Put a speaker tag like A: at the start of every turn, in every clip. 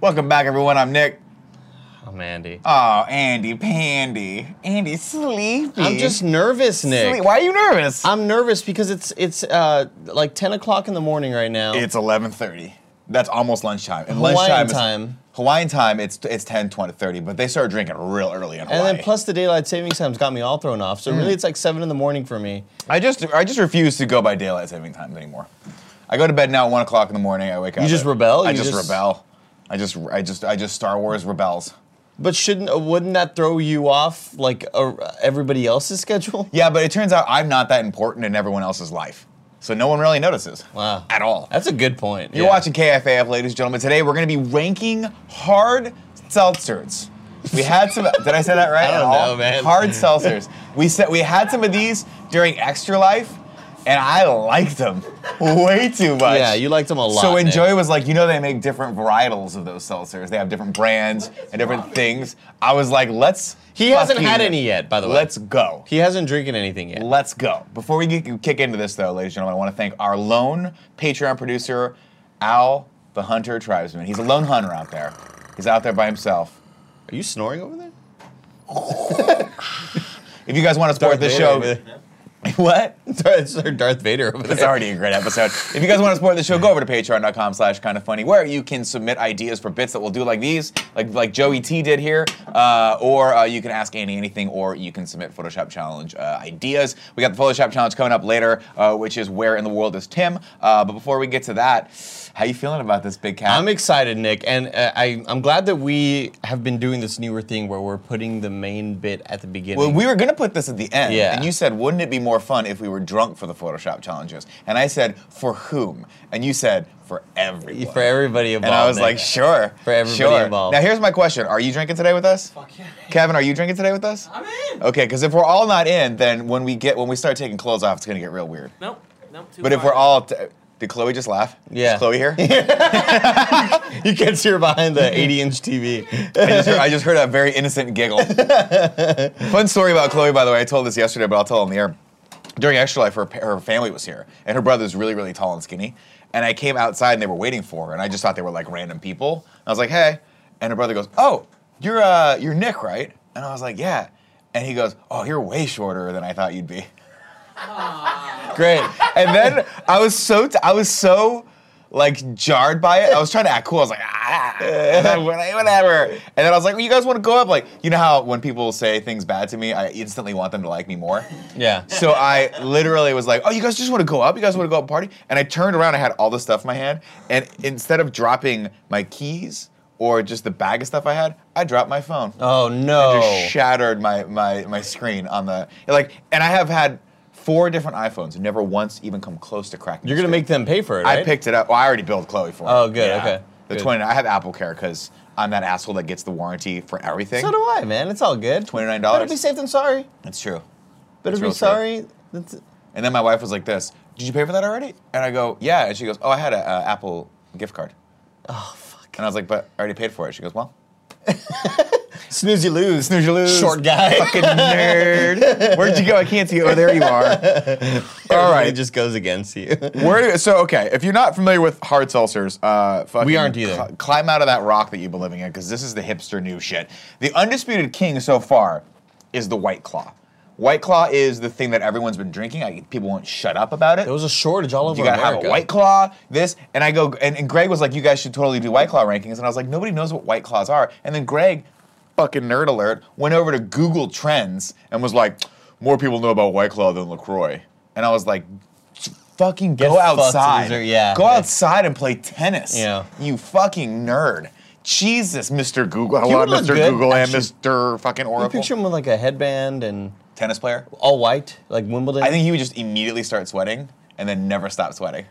A: Welcome back, everyone. I'm Nick.
B: I'm Andy.
A: Oh, Andy Pandy. Andy sleepy.
B: I'm just nervous, Nick.
A: Sleep- Why are you nervous?
B: I'm nervous because it's it's uh, like 10 o'clock in the morning right now.
A: it's 11:30. That's almost lunchtime. And
B: Hawaiian
A: lunchtime is-
B: time.
A: Hawaiian time. It's it's 10, 20, 30, but they start drinking real early in Hawaii.
B: and then plus the daylight savings time's got me all thrown off. So
A: Mm.
B: really, it's like seven in the morning for me.
A: I just I just refuse to go by daylight saving times anymore. I go to bed now at one o'clock in the morning. I wake up.
B: just
A: at-
B: rebel?
A: I
B: You
A: just,
B: just-
A: rebel. I just I just I just Star Wars rebels.
B: But shouldn't uh, wouldn't that throw you off like uh, everybody else's schedule?
A: Yeah, but it turns out I'm not that important in everyone else's life, so no one really notices.
B: Wow.
A: At all.
B: That's a good point.
A: You're
B: yeah.
A: watching KFAF, ladies and gentlemen. Today we're going to be ranking hard seltzers. We had some. did I say that right?
B: I don't
A: at all?
B: know, man.
A: Hard seltzers. We said we had some of these during Extra Life, and I liked them way too much.
B: Yeah, you liked them a lot.
A: So
B: Nick.
A: enjoy was like, you know, they make different varietals of those seltzers. They have different brands and different things. I was like, let's.
B: He hasn't had
A: fucking-
B: any yet, by the way.
A: Let's go.
B: He hasn't drinking anything yet.
A: Let's go. Before we get, kick into this, though, ladies and gentlemen, I want to thank our lone Patreon producer, Al the Hunter Tribesman. He's a lone hunter out there. He's out there by himself.
B: Are you snoring over there?
A: If you guys want to support this show, what?
B: Darth, Darth Vader over
A: It's
B: there.
A: already a great episode. If you guys want to support the show, go over to patreon.com slash kind of funny, where you can submit ideas for bits that we'll do like these, like like Joey T did here, uh, or uh, you can ask Andy anything, or you can submit Photoshop challenge uh, ideas. We got the Photoshop challenge coming up later, uh, which is where in the world is Tim. Uh, but before we get to that, how you feeling about this big cat?
B: I'm excited, Nick, and uh, I, I'm glad that we have been doing this newer thing where we're putting the main bit at the beginning.
A: well, we were gonna put this at the end,
B: Yeah.
A: and you said, "Wouldn't it be more fun if we were drunk for the Photoshop challenges?" And I said, "For whom?" And you said, "For everyone."
B: for everybody involved.
A: And I was
B: Nick.
A: like, sure.
B: For everybody
A: sure.
B: involved.
A: Now, here's my question Are you drinking today with us?
C: Fuck yeah.
A: Kevin, are you drinking today with us?
C: I'm in.
A: Okay, because if we're all not in, then when we get when we start taking clothes off, it's gonna get real weird.
C: Nope. Nope. Too
A: But if
C: far.
A: we're all, t- did Chloe just laugh?
B: Yeah.
A: Is Chloe here?
B: you can't see her behind the 80-inch TV.
A: I just, heard, I just heard a very innocent giggle. Fun story about Chloe, by the way. I told this yesterday, but I'll tell it on the air. During Extra Life, her, pa- her family was here, and her brother's really, really tall and skinny. And I came outside, and they were waiting for her, and I just thought they were like random people. And I was like, "Hey," and her brother goes, "Oh, you're uh, you're Nick, right?" And I was like, "Yeah," and he goes, "Oh, you're way shorter than I thought you'd be."
B: Great.
A: And then I was so t- I was so like jarred by it. I was trying to act cool. I was like, ah, and then when I- whatever. And then I was like, well, you guys want to go up? Like, you know how when people say things bad to me, I instantly want them to like me more.
B: Yeah.
A: So I literally was like, oh, you guys just want to go up? You guys want to go up and party? And I turned around. I had all the stuff in my hand, and instead of dropping my keys or just the bag of stuff I had, I dropped my phone
B: Oh no.
A: just shattered my, my my screen on the like and I have had four different iPhones and never once even come close to cracking.
B: You're
A: the
B: gonna
A: screen.
B: make them pay for it, right?
A: I picked it up. Well, I already billed Chloe for it.
B: Oh, good, okay,
A: The
B: good.
A: 29 I have Apple Care cuz I'm that asshole that gets the warranty for everything.
B: So do I, man. It's all good.
A: $29.
B: Better be safe than sorry.
A: That's true.
B: Better
A: That's real true.
B: be sorry. That's-
A: And then my wife was like this, "Did you pay for that already?" And I go, "Yeah." And she goes, "Oh, I had a uh, Apple gift card." Oh fuck. And I was like, "But I already paid for it." She goes, "Well,
B: Snooze you lose.
A: snooze you lose.
B: Short guy.
A: fucking nerd. Where'd you go? I can't see you. Oh, there you are." All
B: It
A: right.
B: just goes against you.
A: Where do- so okay, if you're not familiar with hard seltzers, uh, fucking
B: We aren't either.
A: cl- climb out of that rock that you've been living in because this is the hipster new shit. The undisputed king so far is the White Claw. White Claw is the thing that everyone's been drinking. I, people won't shut up about it.
B: there was a shortage all over
A: you gotta
B: America.
A: have a White Claw, this, and I go, and, and Greg was like, you guys should totally do White Claw rankings, and I was like, nobody knows what White Claws are, and then Greg, fucking nerd alert, went over to Google Trends and was like, more people know about White Claw than Lacroix, and I was like, fucking go
B: fucked,
A: outside,
B: loser. Yeah,
A: go
B: yeah.
A: outside and play tennis,
B: Yeah.
A: you fucking nerd. Jesus, Mr. Google,
B: You
A: hello,
B: would look
A: Mr.
B: good,
A: Google and
B: actually.
A: Mr. fucking
B: You
A: Oracle.
B: picture him with like a headband and
A: tennis player.
B: all white, like Wimbledon.
A: I think he would just immediately start sweating and then never stop sweating.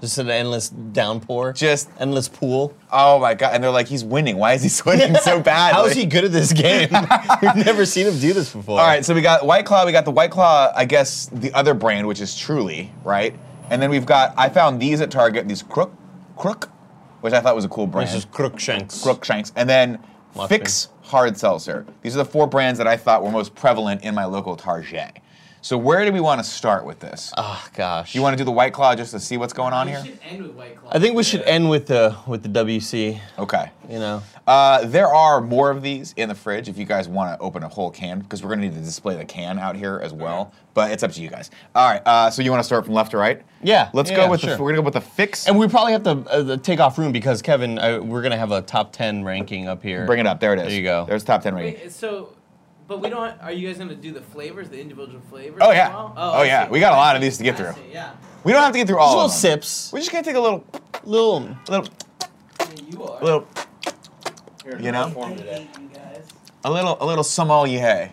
B: just an endless downpour.
A: Just
B: endless pool.
A: Oh my god! And they're like, he's winning. Why is he sweating so bad?
B: How is he good at this game? We've never seen him do this before.
A: All right, so we got White Claw. We got the White Claw. I guess the other brand, which is Truly, right? And then we've got. I found these at Target. These Crook, Crook, which I thought was a cool brand.
B: This is Crookshanks.
A: Crookshanks, and then
B: Must
A: Fix Hard Seltzer. These are the four brands that I thought were most prevalent in my local Target. So where do we want to start with this?
B: Oh gosh.
A: you want to do the White Claw just to see what's going on here?
C: We should end with White Claw.
B: I think we should end with the with the WC.
A: Okay.
B: You know.
A: Uh, there are more of these in the fridge if you guys want to open a whole can because we're going to need to display the can out here as well. But it's up to you guys. All right. Uh, so you want to start from left to right?
B: Yeah,
A: Let's
B: yeah,
A: go with
B: sure.
A: the. We're going to go with the fix.
B: And we probably have to uh, the take off room because Kevin, uh, we're gonna have a top ten ranking up here.
A: Bring it up. There it is.
B: There you go.
A: There's top ten rating.
C: Wait, so, but we don't. Are you guys gonna do the flavors, the individual flavors?
A: Oh,
C: as
A: yeah.
C: well?
A: Oh,
C: I
A: yeah.
C: see.
A: We got a lot of
C: I
A: these to get
C: see.
A: through.
C: I see, Yeah.
A: We don't have to get through
B: Just
A: all
B: little
A: of them.
B: sips,
A: We're just going to take a little,
B: little.
A: little,
C: I mean, you are.
A: little,
D: you
A: know?
C: I
D: Form today.
C: hate you guys.
A: a little, a little sommelier.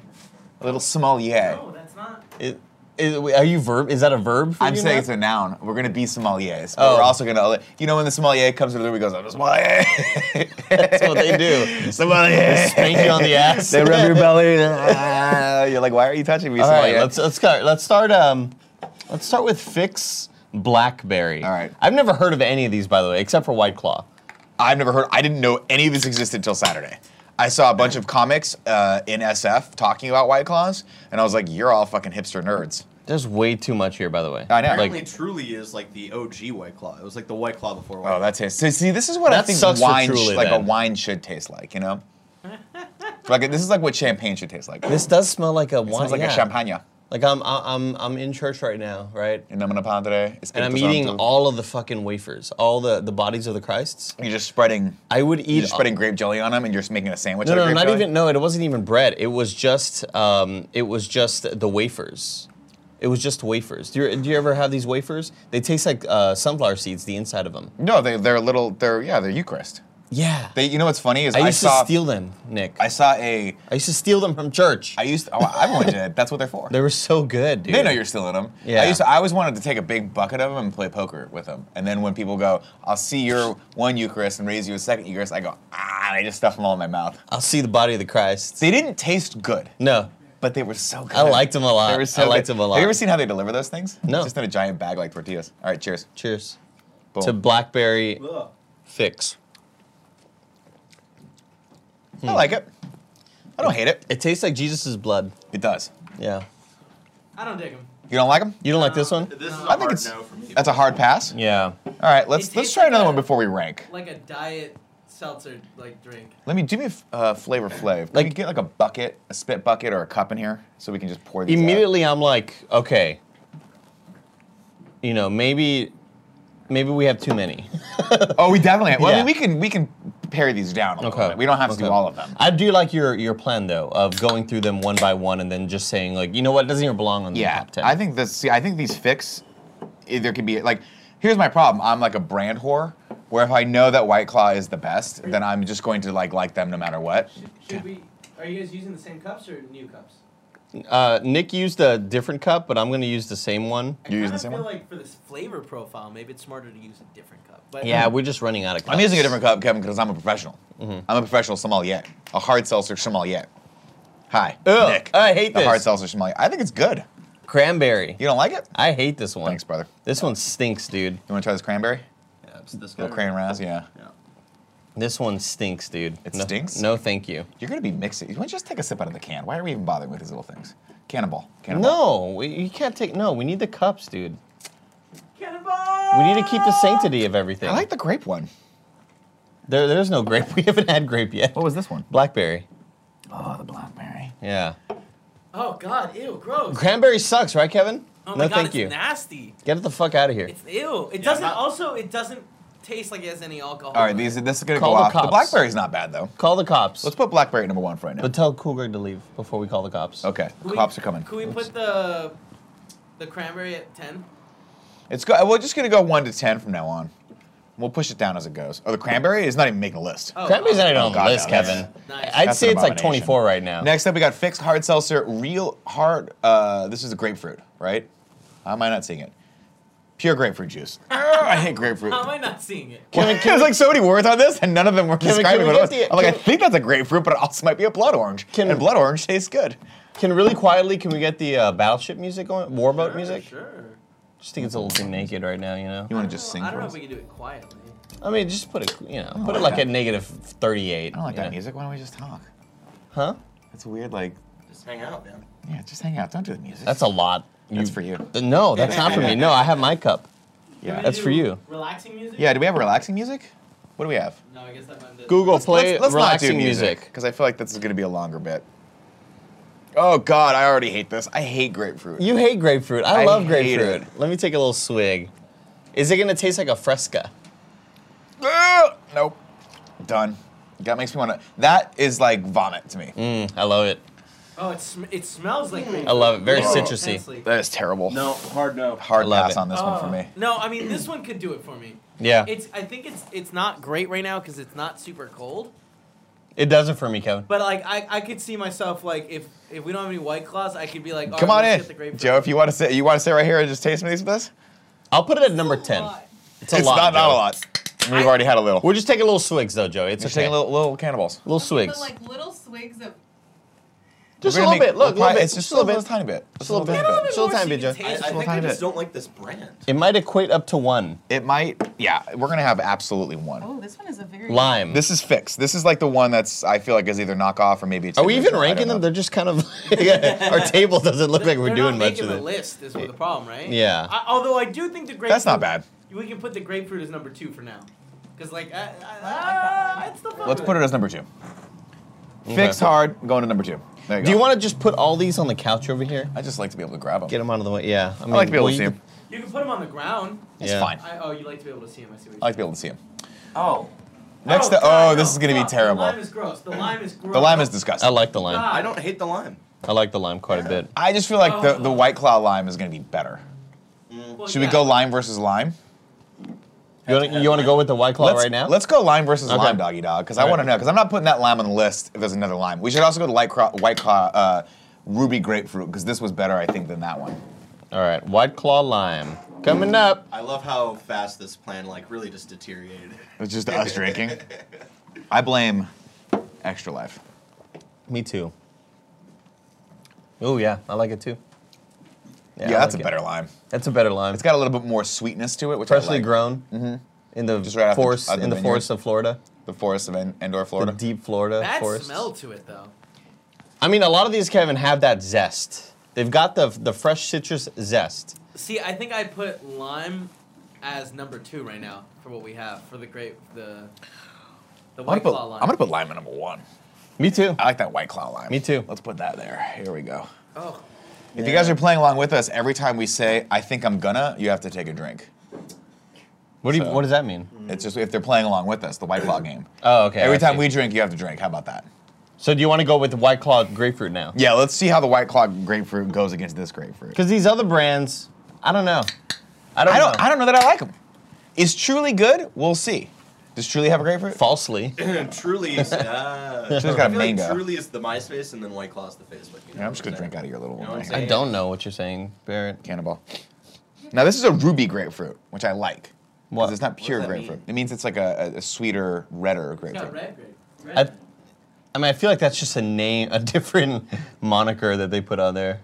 A: A little sommelier.
C: No, that's not.
B: It, it, wait, are you verb? Is that a verb? For
A: I'm
B: you,
A: saying
B: Matt?
A: it's a noun. We're gonna be sommeliers, but we're
B: Oh.
A: also gonna, you know, when the sommelier comes to the room, he goes, "I'm a sommelier."
B: That's what they do.
A: sommelier.
B: Spank you on the ass.
A: they rub your belly. ah, You're like, why are you touching me?
B: All right,
A: sommelier?"
B: let's let's start. Let's start. Um, let's start with Fix Blackberry.
A: All right.
B: I've never heard of any of these, by the way, except for White Claw.
A: I've never heard. I didn't know any of this existed until Saturday. I saw a bunch of comics uh, in SF talking about White Claws, and I was like, "You're all fucking hipster nerds."
B: There's way too much here, by the way.
A: I know.
D: Apparently,
B: Like,
D: truly is like the OG White Claw. It was like the White Claw before White
A: Oh, that's it. So see, this is what I
B: That
A: think
B: sucks for
A: wine, sh-
B: Truly,
A: like a
B: then.
A: wine, should taste like. You know, like this is like what champagne should taste like. This
B: this does smell like a wine.
A: smells like
B: yeah.
A: a champagne.
B: Like I'm I'm I'm in church right now, right?
A: And I'm gonna padre.
B: And I'm eating all of the fucking wafers, all the the bodies of the Christs.
A: You're just spreading.
B: I would
A: You're
B: eat.
A: just spreading grape jelly on them, and you're just making a sandwich.
B: no,
A: out of
B: no,
A: grape
B: not
A: jelly?
B: even. No, it wasn't even bread. It was just um, it was just the wafers. It was just wafers. Do you, do you ever have these wafers? They taste like uh, sunflower seeds, the inside of them.
A: No, they, they're little. They're yeah, they're Eucharist.
B: Yeah.
A: They, you know what's funny is
B: I
A: I,
B: used
A: saw
B: to steal them, Nick.
A: I
B: I,
A: saw a
B: used to steal them from church.
A: I used oh everyone did. That's what they're for.
B: they were so good, dude.
A: They know you're stealing them.
B: Yeah.
A: I used to, I always wanted to take a big bucket of them and play poker with them. And then when people go, I'll see your one Eucharist and raise you a second Eucharist, I go ah, and I just stuff them all in my mouth.
B: I'll see the body of the Christ.
A: They didn't taste good,
B: No.
A: but they were so good.
B: I liked them a lot.
A: They were so
B: I liked
A: good.
B: them a lot.
A: Have you ever seen how they deliver those things?
B: No.
A: Just in a giant bag like tortillas. All right, cheers.
B: Cheers.
A: Boom.
B: To Blackberry
D: Claw. Ugh.
B: Fix.
A: I like it. I don't hate it.
B: It tastes like Jesus' blood.
A: It does.
B: Yeah.
C: I don't dig them.
A: You don't like them?
B: You don't like this one?
D: This is a
A: I think
D: hard
A: it's-
D: no for me.
A: That's a hard pass.
B: Yeah.
A: All right, let's
C: It
A: let's
C: tastes
A: try
C: like
A: another
C: a-
A: one before we rank.
C: Like a diet seltzer like drink.
A: Let me do me a f- uh, flavor flav. Can
B: Like-
A: we get like a bucket, a spit bucket, or a cup in here so we can just pour these out?
B: Immediately I'm like, okay. You know, maybe maybe we have too many.
A: Oh, we definitely. Well, I mean,
B: Yeah.
A: we can we can pare these down a little
B: Okay.
A: bit. We don't have to do
B: Okay.
A: all of them.
B: I do like your your plan though of going through them one by one and then just saying like, you know what, it doesn't even belong on the
A: Yeah,
B: top ten.
A: I think this. See, I think these fix. eh, There could be like, here's my problem. I'm like a brand whore, where if I know that White Claw is the best, then I'm just going to like like them no matter what.
C: Should, should we? Are you guys using the same cups or new cups?
B: Uh, Nick used a different cup, but I'm gonna use the same one.
C: I
A: You're using
C: kinda
A: the same
C: feel
A: one?
C: like for this flavor profile, maybe it's smarter to use a different cup. But
B: Yeah, we're just running out of cups.
A: I'm using a different cup, Kevin, because I'm a professional. I'm a professional sommelier, a hard seltzer sommelier. Hi,
B: Ugh,
A: Nick.
B: I hate
A: the
B: this.
A: hard seltzer sommelier. I think it's good.
B: Cranberry.
A: You don't like it?
B: I hate this one.
A: Thanks, brother.
B: This one stinks, dude.
A: You want to try this cranberry?
D: Yeah, it's this guy.
A: Little cran razz, yeah.
D: Yeah.
B: This one stinks, dude.
A: It
B: no,
A: stinks?
B: No, thank you.
A: You're gonna be mixing. You want to just take a sip out of the can? Why are we even bothering with these little things? Cannonball. Cannonball.
B: No, we, you can't take. No, we need the cups, dude.
C: Cannonball!
B: We need to keep the sanctity of everything.
A: I like the grape one.
B: There, there's no grape. We haven't had grape yet.
A: What was this one?
B: Blackberry.
A: Oh, the blackberry.
B: Yeah.
C: Oh God! Ew! Gross.
B: Cranberry sucks, right, Kevin?
C: oh
B: no,
C: my God!
B: thank
C: it's
B: you.
C: nasty.
B: Get the fuck out of here.
C: It's ew. It
D: Yeah,
C: doesn't.
D: not-
C: also, it doesn't taste like it has any alcohol.
A: All right,
C: in it.
A: these this is gonna
B: Call
A: go
B: the
A: off. The
B: cops.
A: blackberry's not bad though.
B: Call the cops.
A: Let's put blackberry at number one for right now.
B: but tell Cool Greg to leave before we call the cops.
A: okay,
C: Can we-
A: cops are coming.
C: Can we put the the cranberry at ten?
A: It's go- we're just gonna go one to ten from now on. We'll push it down as it goes. Oh, the cranberry is not even making a list.
C: Oh,
B: Cranberry's not even
A: Oh,
B: on the
A: God,
B: list,
A: no.
B: Kevin.
C: Nice.
B: I'd
A: That's
B: say
A: an
B: it's like
A: abomination.
B: 24 right now.
A: Next up, we got fixed hard seltzer, real hard. Uh, this is a grapefruit, right? How am I not seeing it? Pure grapefruit juice. Arr, I hate grapefruit.
C: How am I not seeing it?
A: Can There's like so many words on this, and none of them were
B: we-
A: describing
B: can we
A: what it was.
B: get the-
A: I'm like, I
B: can-
A: think that's a grapefruit, but it also might be a blood orange.
B: Can-
A: and blood orange tastes good.
B: Can really quietly, can we get the uh, battleship music going? Warboat
C: Sure,
B: music?
C: Sure.
B: Just think it's a little too naked right now, you know?
A: You want to just
C: I
A: sing
C: don't,
A: for
C: know
A: us?
C: if we can do it quietly.
B: I mean, just put it, you know, put it
A: like
B: like
A: that.
B: at negative 38.
A: I don't like
B: you
A: that
B: know?
A: music. Why don't we just talk?
B: Huh?
A: It's weird, like
C: Just hang out, man.
A: Yeah, just hang out. Don't do the music.
B: That's a lot. Uh,
A: That's for you.
B: No, that's not for me. No, I have my cup.
C: We're
A: Yeah.
C: gonna
B: That's
C: do
B: for you.
C: Relaxing music.
A: Yeah. Do we have relaxing music? What do we have?
C: No, I guess that meant that-
B: Google play relaxing music.
A: because I feel like this is going to be a longer bit. Oh God, I already hate this. I hate grapefruit.
B: You hate grapefruit. I,
A: I
B: love
A: hate
B: grapefruit. Let me take a little swig. Is it gonna taste like a fresca?
A: Ugh! Ah! nope. Done. That makes me want to. That is like vomit to me.
B: Mm, I love it.
C: Oh, it, sm- it smells like.
B: I love it. Very
A: Oh.
B: citrusy.
A: That is terrible.
D: No, hard no.
A: Hard
B: I love
A: pass
B: it.
A: on this one for me.
C: Oh. No, I mean this one could do it for me.
B: Yeah,
C: It's. I think it's. It's not great right now because it's not super cold.
B: it does it for me, Kevin.
C: But like, I, I could see myself like if if we don't have any white claws, I could be like,
A: Come
C: "Alright,
A: on
C: let's get the
A: in,
C: grapefruit."
A: Joe. If you want to sit, you want to sit right here and just taste some of these with us.
B: I'll put it at number ten. It's a
A: it's
B: lot.
A: not not a
B: Joey.
A: lot. We've already had a little.
B: We're just taking little swigs though, Joey. It's
A: just
B: okay.
A: taking little, little cannonballs.
B: little
E: Okay,
B: swigs.
E: But like little swigs of.
B: just a
A: We're
B: little
A: gonna make-
B: bit. Look,
A: we'll
B: little
A: probably-
B: bit.
A: It's just a little, tiny bit.
B: Just a little
C: Get
B: bit.
C: a little bit
B: Just a little
C: more
B: tiny
C: so you
B: bit, Joe.
C: can
D: I, I
C: taste
D: think
C: it.
D: I
A: tiny
D: just
A: bit.
D: don't like this brand.
B: It might equate up to one
A: It might. Yeah, we're gonna have absolutely one.
E: Oh, this one is a very.
B: lime.
A: This is fixed. This is like the one that's I feel like is either knockoff or maybe it's.
B: Are we even
A: original. I
B: ranking
A: don't
B: them?
A: know.
B: They're just kind of. yeah, our table doesn't look like we're
C: They're
B: doing
C: not
B: much of
C: making a
B: it.
C: list is what the problem, right?
B: Yeah.
C: I, although I do think the grapefruit.
A: That's not bad.
C: We can put the grapefruit as number two for now, because like, I, I,
E: that
C: I, it's the
A: Let's put it as number two.
B: Okay.
A: Fixed hard, going to number two. There you
B: Do you want to just put all these on the couch over here?
A: I just like to be able to grab them.
B: Get them out of the way. Yeah, I, mean,
A: like to be able
B: well,
A: to
B: you
A: see
B: could-
A: 'em.
C: You can put them on the ground.
A: It's
B: Yeah.
A: fine. I
C: I, oh, you like to be able to see them. I see what you're
A: like to be able to see them.
D: Oh,
A: Uh, Next, to,
C: God,
A: oh, this
C: no.
A: is gonna be
C: Fuck,
A: terrible.
C: The lime is gross. The lime is gross.
A: The lime is
B: I
A: disgusting.
B: like the lime.
C: Ah.
D: I don't hate the lime.
B: I like the lime quite a bit.
A: I just feel like the,
C: Oh.
A: the white claw lime is gonna be better.
C: Well,
A: Should we
C: yeah.
A: go lime versus lime?
B: You want to you want to go with the white claw
A: let's,
B: right now?
A: Let's go lime versus
B: Okay.
A: lime, doggy dog, because I
B: All
A: want to
B: right.
A: know. Because I'm not putting that lime on the list if there's another lime. We should also go to light cro- white claw uh, ruby grapefruit because this was better, I think, than that one.
B: All right, white claw lime coming up.
D: I love how fast this plan like really just deteriorated.
A: It's just us drinking. I blame Extra Life.
B: Me too. Oh yeah, I like it too.
A: Yeah,
B: I
A: that's
B: like
A: a
B: it.
A: better lime.
B: That's a better lime.
A: It's got a little bit more sweetness to it, which
B: freshly
A: I like.
B: grown in the
A: Just right off the-
B: forest
A: out of the
B: in the
A: vineyard.
B: forests of Florida,
A: The forest of En- Endor, Florida.
B: the deep Florida
C: Bad
B: forests.
C: smell to it though.
B: I mean, a lot of these Kevin have that zest. They've got the the fresh citrus zest.
C: See, I think I put lime as number two right now for what we have for the grape the the
A: I'm, gonna
C: white
A: put,
C: claw lime.
A: I'm gonna put lime in number one.
B: Me too.
A: I like that white claw lime.
B: Me too.
A: Let's put that there. Here we go.
C: oh,
A: If you guys are playing along with us, every time we say "I think I'm gonna," you have to take a drink.
B: What do you,
A: So-
B: What does that mean?
A: It's just if they're playing along with us, the white claw game.
B: Oh, okay.
A: Every
B: I
A: time
B: see.
A: we drink, you have to drink. How about that?
B: So do you want to go with the white claw grapefruit now?
A: Yeah, let's see how the white claw grapefruit goes against this grapefruit.
B: Because these other brands, I don't know. I don't.
A: I don't,
B: know.
A: I don't know that I like them. Is truly good? We'll see. Does truly have a grapefruit?
B: Falsely.
D: truly, is, uh,
A: She's got
D: I feel like
A: mango.
D: truly is the MySpace, and then White Claw's the Facebook. You know
A: Yeah, I'm just
D: what
A: gonna drink out
D: saying?
A: of your little
D: You know
A: one.
D: what
A: right
D: I'm
A: here.
B: I
D: saying?
B: don't know what you're saying, Barrett.
A: Cannonball. Now this is a ruby grapefruit, which I like. 'Cause
B: What?
A: It's not pure
D: that
A: grapefruit.
D: mean?
A: It means it's like a, a- a sweeter, redder
C: it's got
A: grapefruit.
C: red grape. Red.
B: I, I mean, I feel like that's just a name, a different moniker that they put on there.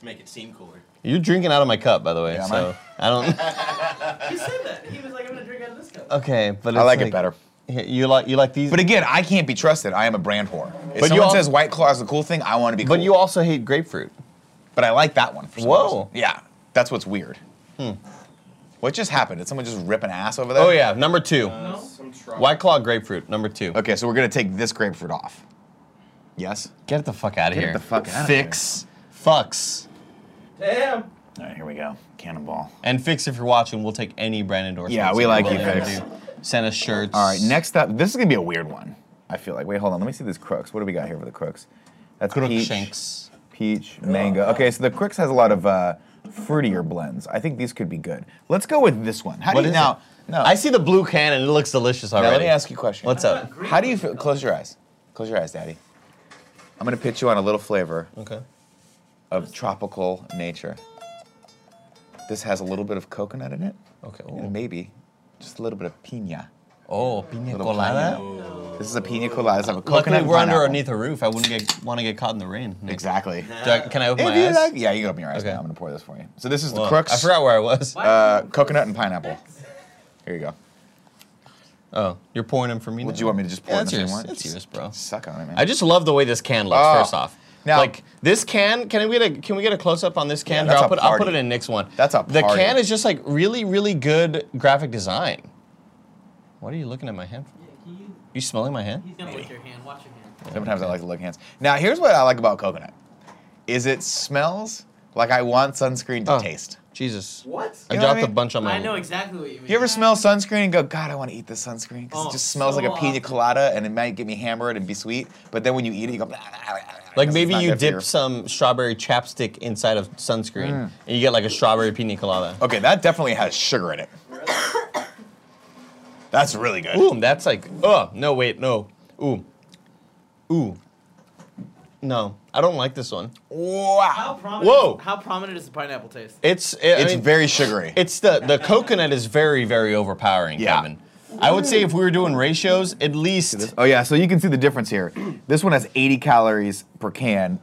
D: To make it seem cooler.
B: You're drinking out of my cup, by the way.
A: Yeah, am
B: so I don't.
C: he said that. He was like, I'm gonna drink out of this
A: Uh,
C: cup.
B: Okay, but it's
A: I like, it better.
B: You like you like these,
A: But
B: but,
A: again, I can't be trusted. I am a brand whore. If
B: But you
A: someone
B: al-
A: says White Claw is a cool thing, I want to be cool.
B: you also hate grapefruit.
A: but I like that one. For some
B: Whoa.
A: reason. Yeah, that's what's weird. Hmm. What just happened? Did someone just rip an ass over there?
B: Oh yeah, number two,
D: Uh,
C: No?
D: some truffle.
B: White Claw grapefruit. Number two.
A: Okay, so we're gonna take this grapefruit off. Yes.
B: Get the fuck out of
A: Get
B: here.
A: the fuck outta
B: Fix, fucks,
C: Damn.
A: All right, here we go. Cannonball.
B: and fix if you're watching. We'll take any brand endorsement.
A: Yeah, we like you, Fix.
B: Send us shirts.
A: All right, next up, this is gonna be a weird one. I feel like. Wait, hold on. Let me see these crooks. What do we got here for the crooks? That's peach,
B: Crookshanks.
A: peach, mango. Okay, so the crooks has a lot of uh, fruitier blends. I think these could be good. Let's go with this one. How
B: What
A: do you
B: is
A: now?
B: it?
A: No,
B: I see the blue can and it looks delicious
A: Now
B: already.
A: let me ask you a question.
B: What's up?
A: How do you feel? Close your eyes. Close your eyes, Daddy. I'm gonna pitch you on a little flavor
B: Okay.
A: of tropical nature. This has a little bit of coconut in it,
B: Okay.
A: and maybe just a little bit of pina.
B: Oh, pina
A: Little
B: colada.
A: This is a pina colada. It's like a coconut.
B: Luckily,
A: and
B: we're
A: pineapple.
B: underneath a roof. I wouldn't get want to get caught in the rain.
A: Exactly.
B: Do I- can I open
A: If
B: my
A: you
B: eyes?
A: like, yeah, you can open your eyes.
B: Okay.
A: Now. I'm gonna pour this for you. So this is the
B: Well,
A: crooks.
B: I forgot where I was.
C: Why
A: Uh,
C: is it
A: coconut and pineapple.
C: That's-
A: Here you go.
B: Oh, you're pouring them for me.
A: Would
B: now.
A: you want me to just pour
B: Yeah,
A: in the
B: that's
A: same
B: yours.
A: one?
B: That's yours, bro.
A: Suck on it, man.
B: I just love the way this can looks.
A: Oh.
B: First off,
A: Now-
B: like this can, can we get a can we get a close up on this can?
A: Yeah,
B: Here,
A: that's
B: I'll
A: a
B: put I'll put it
A: party.
B: in Nick's one.
A: That's a
B: The
A: party.
B: can is just like really really good graphic design. What are you looking at my hand? for?
C: Yeah, can you,
B: You smelling my hand?
C: he's gonna lick your hand. Watch your hand.
A: Sometimes I like to lick hands. Now, here's what I like about coconut: is it smells like I want sunscreen to
B: Oh.
A: taste.
B: Jesus.
C: What?
B: I
A: You know what I
B: dropped a
A: mean?
B: bunch on my.
C: I know exactly what you mean.
A: You ever smell sunscreen and go, God, I want to eat this sunscreen because
C: Oh,
A: it just smells
C: so
A: like a pina
C: often.
A: colada and it might get me hammered and be sweet. But then when you eat it, you go. "Blah, blah, blah, blah," 'cause
B: Like
A: it's
B: maybe
A: not
B: you
A: good for
B: dip
A: your-
B: some strawberry chapstick inside of sunscreen,
A: Mm.
B: and you get like a strawberry pina colada.
A: Okay, that definitely has sugar in it. That's really good.
B: Ooh, that's like, oh no, wait, no, ooh, ooh, no, I don't like this one.
C: How
A: Wow.
C: prominent?
B: Whoa.
C: How prominent is the pineapple taste?
B: It's it,
A: It's
B: I mean,
A: very sugary.
B: it's the the coconut is very very overpowering,
A: Yeah.
B: Kevin. I would say if we were doing ratios, at least
A: oh yeah, so you can see the difference here. This one has 80 calories per can.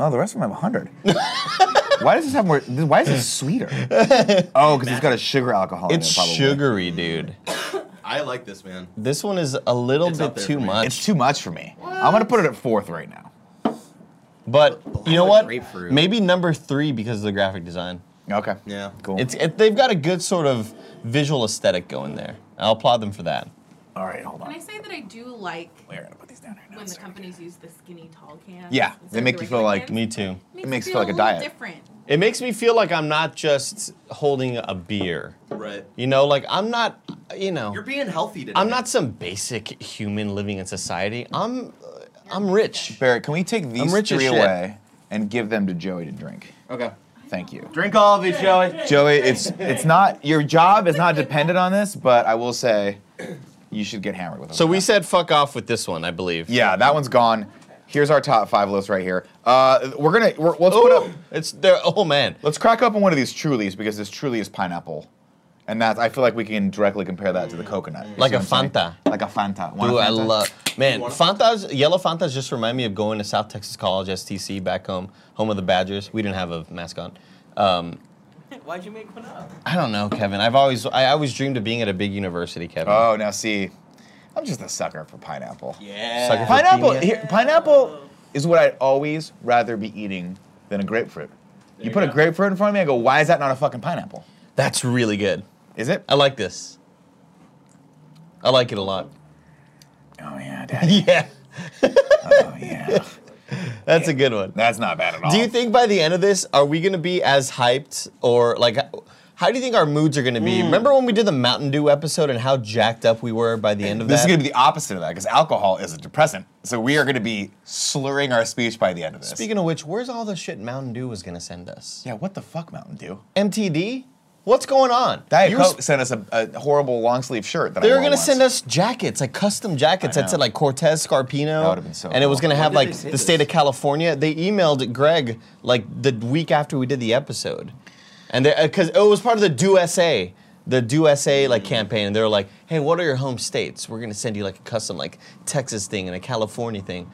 A: Oh, the rest of them have 100. why does this have more? this- Why is this sweeter? Oh, because it's got a sugar alcohol.
B: it's
A: in it, probably.
B: sugary, dude.
D: I like this man.
B: This one is a little
D: It's up there
B: bit too
D: for me.
B: much.
A: It's too much for me. I'm gonna put it at fourth right now.
B: but you know
D: Black
B: what?
D: grapefruit.
B: Maybe number three because of the graphic design.
A: Okay.
D: Yeah.
A: Cool.
B: It's it, they've got a good sort of visual aesthetic going there. I'll applaud them for that.
A: All right, hold
E: Can
A: on.
E: I say that I do like
A: We're gonna put these down right now.
E: when the
A: so-
E: companies use the skinny tall cans?
A: Yeah, they
E: instead of
A: make
E: the
A: you feel
E: regular
A: like
E: cans?
B: Me too.
A: it makes you feel like a
E: little
A: diet.
E: Different.
B: It makes me feel like I'm not just holding a beer.
D: Right.
B: You know, like I'm not, you know,
D: You're being healthy today.
B: I'm not some basic human living in society. I'm, uh, I'm rich.
A: Barrett, can we take these
B: rich as
A: three
B: shit.
A: away and give them to Joey to drink?
D: Okay.
A: Thank you.
D: Drink all of it, Joey.
A: Joey, it's it's not your job is not dependent on this, but I will say you should get hammered with us.
B: So we said fuck off with this one, I believe.
A: Yeah, that one's gone. Here's our top five list right here. Uh, we're gonna we're, let's put up
B: It's there. Oh man,
A: let's crack open one of these Trulies because this Truly is pineapple, and that's I feel like we can directly compare that to the coconut. You
B: Like
A: see
B: a
A: what I'm saying?
B: Fanta.
A: Like a Fanta. Want a
B: Ooh, I
A: Fanta?
B: love man.
D: You want-
B: Fantas, yellow Fantas, just remind me of going to South Texas College STC back home, home of the Badgers. We didn't have a mascot. Um,
C: Why'd you make one up?
B: I don't know, Kevin. I've always I always dreamed of being at a big university, Kevin.
A: Oh, now see, I'm just a sucker for pineapple.
D: Yeah.
B: Sucker for
A: Pineapple.
B: Piña.
A: Here, pineapple is what I'd always rather be eating than a grapefruit. you
D: you
A: put a
D: go.
A: grapefruit in front of me, I go, why is that not a fucking pineapple?
B: That's really good.
A: Is it?
B: I like this. I like it a lot.
A: Oh yeah, daddy.
B: Yeah,
A: oh yeah.
B: that's a good one.
A: That's not bad at all.
B: Do you think by the end of this, are we gonna be as hyped or like, how do you think our moods are gonna
A: Hmm.
B: be? Remember when we did the Mountain Dew episode and how jacked up we were by the end of
A: this
B: that?
A: is going to be the opposite of that because alcohol is a depressant. So we are going to be slurring our speech by the end of this.
B: Speaking of which, where's all the shit Mountain Dew was gonna send us?
A: yeah, what the fuck, Mountain Dew?
B: MTD? What's going on?
A: Diet
B: You were
A: Coke
B: sp-
A: sent us a, a horrible long sleeve shirt that I
B: they were
A: wore
B: gonna
A: once.
B: send us jackets, like custom jackets
A: I
B: that said
A: know.
B: like Cortez Scarpino.
A: That would've been so
B: And it was
A: cool.
B: gonna
D: When
B: have
D: did they
B: like
D: say
B: the state of
D: this?
B: California. They emailed Greg like the week after we did the episode. And because it was part of the Do SA, the Do SA
A: Mm.
B: like campaign. And they were like, hey, what are your home states? We're gonna send you like a custom like Texas thing and a California thing.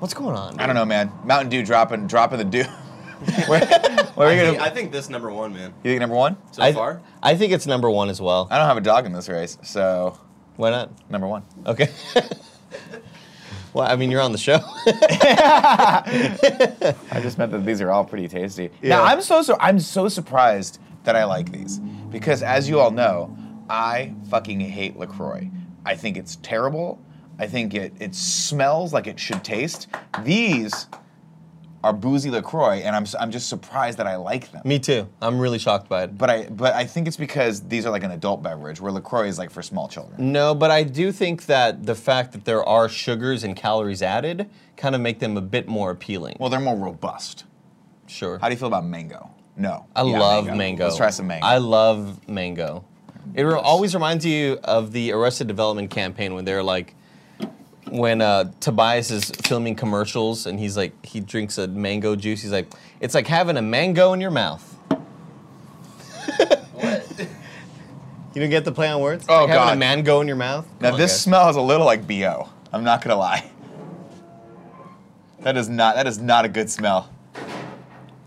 B: What's going on?
A: I don't know, man. Mountain Dew dropping, dropping the dew. where, where are
D: I
A: you going
D: think,
A: to.
D: I
A: You
D: think this number one, man.
A: think number one?
D: So
B: I,
D: far.
B: I think it's number one as well.
A: I don't have a dog in this race, so
B: Why not?
A: number one.
B: Okay. well, I mean, you're on the show.
A: I just meant that these are all pretty tasty.
B: Yeah.
A: Now I'm so so I'm so surprised that I like these because as you all know, I fucking hate Lacroix. I think it's terrible. I think it it smells like it should taste. These are boozy Lacroix, and I'm s- I'm just surprised that I like them.
B: Me too. I'm really shocked by it.
A: But I but I think it's because these are like an adult beverage, where Lacroix is like for small children.
B: No, but I do think that the fact that there are sugars and calories added kind of make them a bit more appealing.
A: Well, they're more robust.
B: sure.
A: How do you feel about mango? No,
B: I
A: Yeah,
B: love mango.
A: Let's try some mango.
B: I love mango. It re- always reminds you of the Arrested Development campaign when they're like, when uh, Tobias is filming commercials and he's like, he drinks a mango juice. He's like, it's like having a mango in your mouth.
D: What?
B: You don't get the play on words?
A: Oh,
B: like Having
A: God.
B: a mango in your mouth? Come
A: Now
B: on,
A: this
B: guys.
A: smells a little like BO. I'm not gonna lie. That is not that is not a good smell.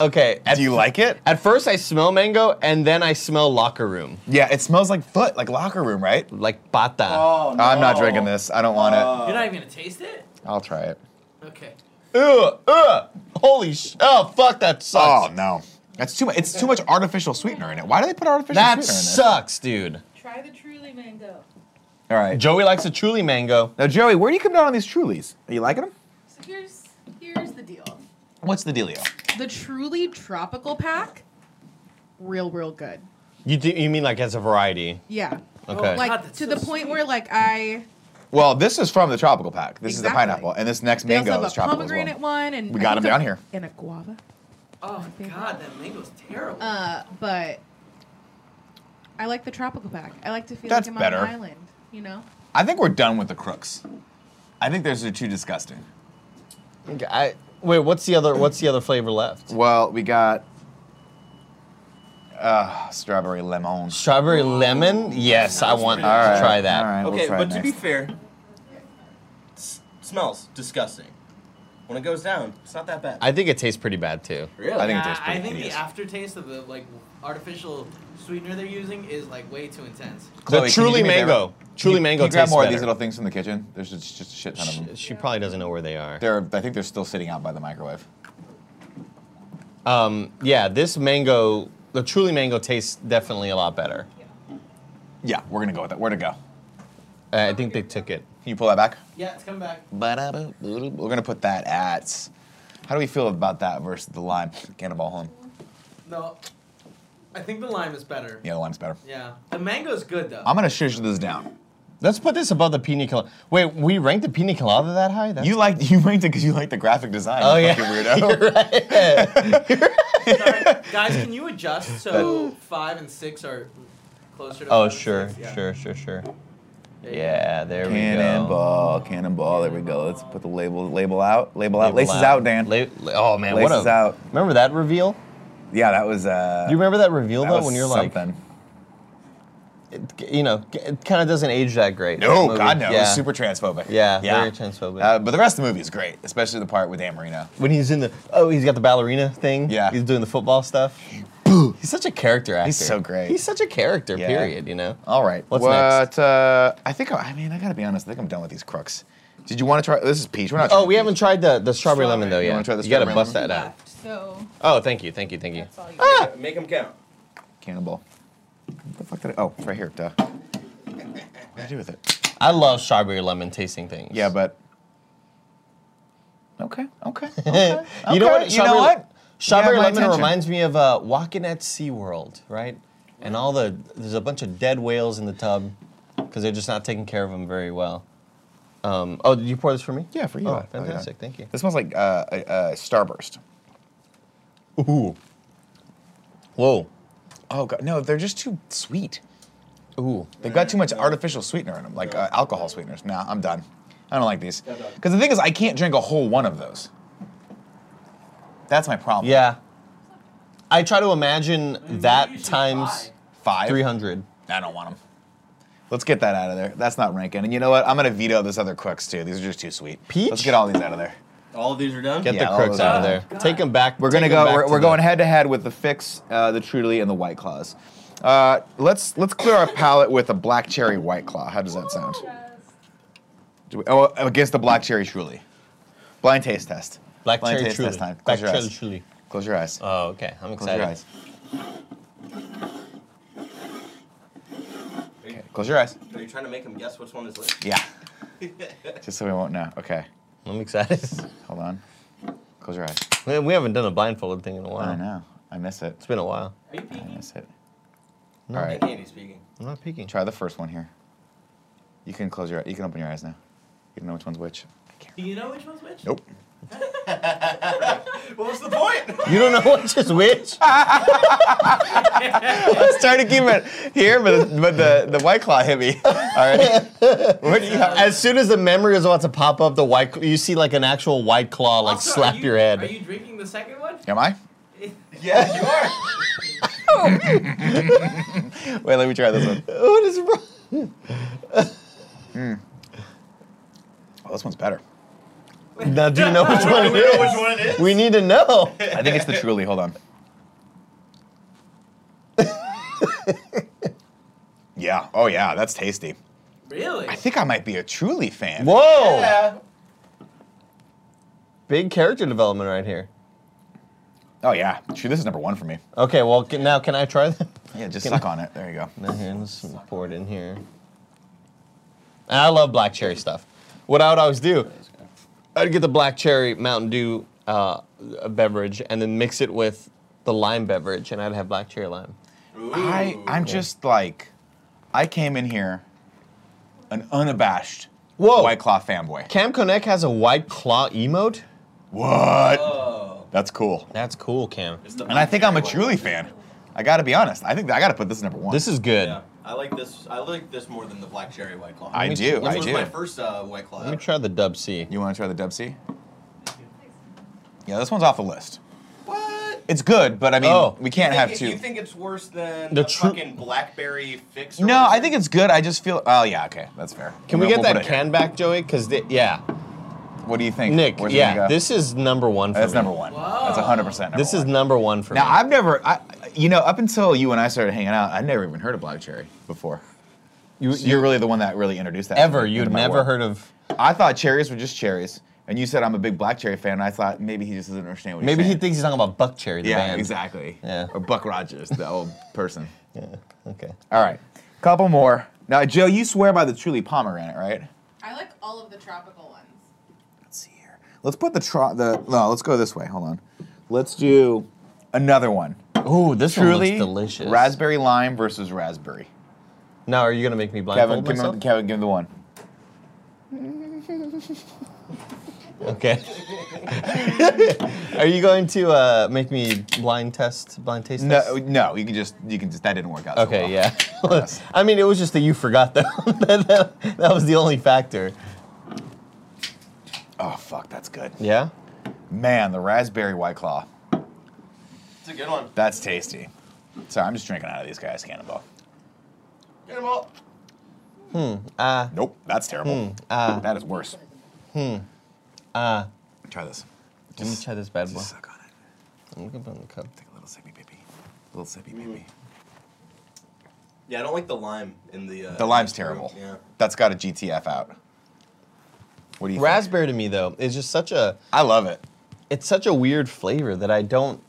B: Okay. At,
A: Do you like it?
B: at first, I smell mango, and then I smell locker room,
A: Yeah, it smells like foot, like locker room, right?
B: like pata.
D: Oh, no.
A: I'm not drinking this. I don't want it.
D: Uh,
C: You're not even gonna taste it?
A: I'll try it.
C: Okay.
B: Ugh, ugh. Holy sh! Oh fuck, that
A: Oh
B: sucks.
A: no, that's too much. It's too much artificial sweetener in it. Why do they put artificial
B: that
A: sweetener in it?
B: sucks, dude.
F: Try the Truly Mango.
A: All right,
B: Joey likes a truly mango.
A: now Joey, where do you come down on these Trulies? Are you liking them?
E: So here's here's the deal.
A: What's the dealio?
E: The truly tropical pack, real real good.
B: You do, you mean like as a variety?
E: Yeah.
A: Oh,
B: Okay.
E: Like
C: God, that's
E: to
C: so
E: the point where like I
A: Well, this is from the tropical pack. This
E: Exactly.
A: is the pineapple, and this next
E: they also
A: mango is
E: have a
A: tropical as
E: pomegranate
A: well.
E: one and
A: We
E: I
A: got
E: think
A: 'em down
E: a-
A: here.
E: And a guava.
C: Oh god, that mango's terrible.
E: Uh, but I like the tropical pack. I like to feel
A: That's
E: like I'm
A: better.
E: on an island, you know?
A: I think we're done with the crooks. I think those are too disgusting.
B: Okay, I, wait, what's the other? What's the other flavor left?
A: Well, we got uh, strawberry lemon.
B: Strawberry lemon? Yes, I want
A: All right,
B: to try that.
A: All right, we'll
G: okay,
A: try
G: but
A: it
G: to be
A: next.
G: fair, s- smells disgusting. When it goes down, it's not that bad.
B: I think it tastes pretty bad too.
G: really?
A: I think it
C: Yeah,
A: tastes pretty
C: I think
A: hideous.
C: the aftertaste of the like artificial sweetener they're using is like way too intense.
A: Chloe, can
B: the
A: you
B: truly
A: do me a favor?
B: mango. Truly
A: Can you-
B: mango
A: can you grab
B: tastes
A: more of
B: better.
A: these little things from the kitchen. There's just, just a shit ton of them.
B: She, she probably doesn't know where they are.
A: They're, I think they're still sitting out by the microwave.
B: Um, yeah, this mango, the truly mango tastes definitely a lot better.
A: Yeah, we're gonna go with it. Where to go?
B: Uh, I think they took it.
A: Can you pull that back?
C: Yeah, it's coming back.
A: We're gonna put that at. How do we feel about that versus the lime? Cannonball Home.
C: No, I think the lime is better.
A: Yeah, the lime's better.
C: Yeah, the mango's good though.
A: I'm gonna shush this down.
B: Let's put this above the pina colada. Wait, we ranked the pina colada that high? That's
A: You liked you ranked it because you liked the graphic design.
B: Oh,
A: you
B: yeah.
A: fucking weirdo.
B: You're right.
C: Sorry, guys, can you adjust so five and six are closer to?
B: oh,
C: five and
B: sure,
C: six? Yeah.
B: sure, sure, sure.
C: There you go.
B: Yeah, there we go.
A: Cannonball, cannonball. There we go. Let's put the label label out. Label out. Laces out, Dan.
B: La- la- oh man, what
A: Laces
B: a,
A: out.
B: Remember that reveal?
A: yeah, that was. Uh,
B: Do you remember that reveal
A: that
B: though?
A: was
B: When you're like,
A: something.
B: it, you know, it kind of doesn't age that great. that
A: No,
B: movie.
A: God no. It
B: Yeah.
A: was super transphobic.
B: Yeah, very transphobic.
A: Uh, but the rest of the movie is great, especially the part with Dan Marino.
B: when he's in the oh he's got the ballerina thing
A: Yeah.
B: he's doing the football stuff he's such a character actor
A: He's so great.
B: he's such a character
A: Yeah.
B: period you know
A: All right.
B: What's
A: what,
B: next?
A: Uh, I think. I mean, I gotta be honest. I think I'm done with these crooks. Did you want to try? This is peach. We're not.
B: oh
A: trying
B: we haven't
A: peach.
B: tried the, the strawberry lemon though
C: Strawberry.
A: You
B: yeah
A: wanna try the
B: you gotta
A: strawberry
B: bust
A: lemon?
B: that out
E: Left, so
B: oh thank you thank you thank you
F: That's all you
B: ah!
G: Make them count.
A: Cannonball. What the fuck did I? Oh, it's right here. Duh. What did I do with it?
B: I love strawberry lemon tasting things
A: Yeah, but. Okay. Okay. okay,
B: you know what
A: you know
B: strawberry-
A: what?
B: strawberry
A: You have my
B: lemon
A: attention.
B: reminds me of uh, walking at SeaWorld right and all the there's a bunch of dead whales in the tub because they're just not taking care of them very well um, oh did you pour this for me
A: Yeah, for you.
B: oh,
A: I- oh, yeah.
B: fantastic thank you
A: This smells like uh, a, a Starburst.
B: Ooh. Whoa.
A: Oh god, no! They're just too sweet.
B: Ooh.
A: They've got too much artificial sweetener in them, like uh, alcohol sweeteners. Nah, I'm done. I don't like these. Because the thing is, I can't drink a whole one of those. That's my problem.
B: Yeah. I try to imagine
C: you
B: that
C: should
B: times
A: Five.
B: 300.
A: I don't want them. Let's get that out of there. That's not ranking. And you know what? I'm gonna veto this other crooks too. These are just too sweet.
B: Peach?
A: Let's get all these out of there.
D: All of these are done.
B: Get
A: Yeah,
B: the
A: all
B: crooks
A: those
B: out of
A: out.
B: there.
C: God.
B: Take them back.
A: We're
B: take
A: gonna
B: 'em
A: go.
B: back
A: We're,
B: to
A: we're
B: the-
A: going head to head with the fix, uh, the Truly, and the White Claws. Uh, let's let's clear our palate with a black cherry White Claw. How does that sound? Do we, oh, against the black cherry Truly. Blind taste test.
B: Black
A: Blind
B: cherry
A: taste
B: truly.
A: test time.
B: Black
A: Close your
B: cherry
A: eyes.
B: truly.
A: Close your eyes.
B: Oh, okay. I'm
A: Close your
B: excited.
A: eyes. Okay, close your eyes.
G: Are you trying to make them guess which one is which?
A: Yeah. Just so we won't know. Okay,
B: I'm excited.
A: hold on. Close your eyes.
B: Man, we haven't done a blindfolded thing in a while.
A: I know. I miss it.
B: It's been a while.
C: Are you
A: I
C: peeking?
A: miss it. All right.
G: Andy speaking.
B: I'm not peeking.
A: Try the first one here. You can close your. You can open your eyes now. You don't know which one's which.
C: Do you know which one's which?
A: Nope.
G: What was the point?
B: You don't know which is which?
A: I was trying to keep it here, but the, but the, the white claw hit me. All right. What do you have?
B: As soon as the memory is about to pop up, the white you see like an actual white claw like
C: Also, are
B: slap
C: you-
B: your head.
C: Are you drinking the second one?
A: Am I?
G: yeah, you are.
A: Wait, let me try this one.
B: what is wrong?
A: Oh, this one's better.
B: Now do you know which one it
G: We know which
B: is?
G: one it is.
B: We need to know.
A: I think it's the truly. Hold on. yeah. Oh yeah, that's tasty.
C: Really?
A: Oh. I think I might be a truly fan.
B: Whoa!
G: Yeah.
B: big character development right here.
A: Oh yeah, sure. This is number one for me.
B: Okay, well can, now can I try that?
A: Yeah, just suck on it. There you go.
B: Now here, let's pour it in here. And I love black cherry stuff. What I would always do, I'd get the black cherry Mountain Dew uh, beverage and then mix it with the lime beverage, and I'd have black cherry lime.
A: I I'm just like, I came in here, an unabashed
B: Whoa.
A: White Claw fanboy.
B: Cam Konek has a white claw emote.
A: What?
G: Oh.
A: That's cool.
B: That's cool, Cam.
A: And I think I'm a Truly fan. I got to be honest. I think I got to put this number one.
B: This is good.
D: Yeah, I like this. I like this more than the black cherry white claw.
A: I
B: me-
A: do.
B: let
A: I
D: This was
A: do.
D: my first uh, white claw.
B: Let me try the Dub C.
A: You want to try the Dub C? Yeah, this one's off the list.
G: What?
A: It's good, but I mean,
B: Oh.
A: we can't
G: You
A: have
G: think
A: two.
G: it- You think it's worse than
B: The
G: the
B: tru-
G: fucking blackberry fix? or
A: no, I
G: whatever?
A: think it's good. I just feel. Oh yeah, okay, that's fair.
B: Can we
A: We'll-
B: get
A: we'll put
B: that
A: it here.
B: can back, Joey? Because yeah,
A: What do you think,
B: Nick.
A: Where's it gonna
B: yeah,
A: go?
B: this is number one for
A: That's
B: me.
A: number one.
C: Wow.
A: That's 100. percent
B: This is number one for
A: Now
B: me.
A: I've never, I, you know, up until you and I started hanging out, I'd never even heard of Black Cherry before.
B: You,
A: So you're really the one that really introduced that.
B: ever
A: into
B: you'd
A: my
B: never
A: world.
B: heard of?
A: I thought cherries were just cherries, and you said I'm a big Black Cherry fan. And I thought maybe he just doesn't understand what.
B: Maybe
A: you're
B: he
A: saying.
B: thinks he's talking about Buck Cherry. The
A: Yeah,
B: band.
A: exactly.
B: Yeah.
A: Or Buck Rogers, the old person.
B: Yeah. Okay.
A: All right, couple more. Now, Joe, you swear by the Truly Pomegranate, right?
E: I like all of the tropical ones.
A: Let's see here. Let's put the tro- the no. Let's go this way. Hold on. Let's do another one.
B: Ooh, this
A: Truly
B: one looks delicious.
A: Raspberry lime versus raspberry.
B: Now, are you gonna make me
A: Kevin,
B: blindfold
A: give
B: myself?
A: him, Kevin, give him the one.
B: okay. are you going to uh, make me blind test, blind taste?
A: No,
B: test?
A: no, you can just you can just that didn't work out. so well.
B: Okay. Yeah. I mean, it was just that you forgot that. that, that. That was the only factor.
A: Oh fuck, that's good.
B: Yeah.
A: Man, the raspberry white claw.
G: it's a good one.
A: That's tasty. Sorry, I'm just drinking out of these guys, Cannonball.
G: Get 'em all.
B: Uh,
A: Nope, that's terrible.
B: ah.
A: that is worse. Hmm. Uh. Try this.
B: let me try this bad boy.
A: Just suck on it.
B: I'm looking on the cup.
A: Take a little sippy, baby. A little sippy, baby.
G: Yeah, I don't like the lime in the. Uh,
A: The lime's terrible.
G: Yeah.
A: That's got a GTF out. What do you think?
B: Raspberry to me though is just such a
A: I love it.
B: it's such a weird flavor that I don't.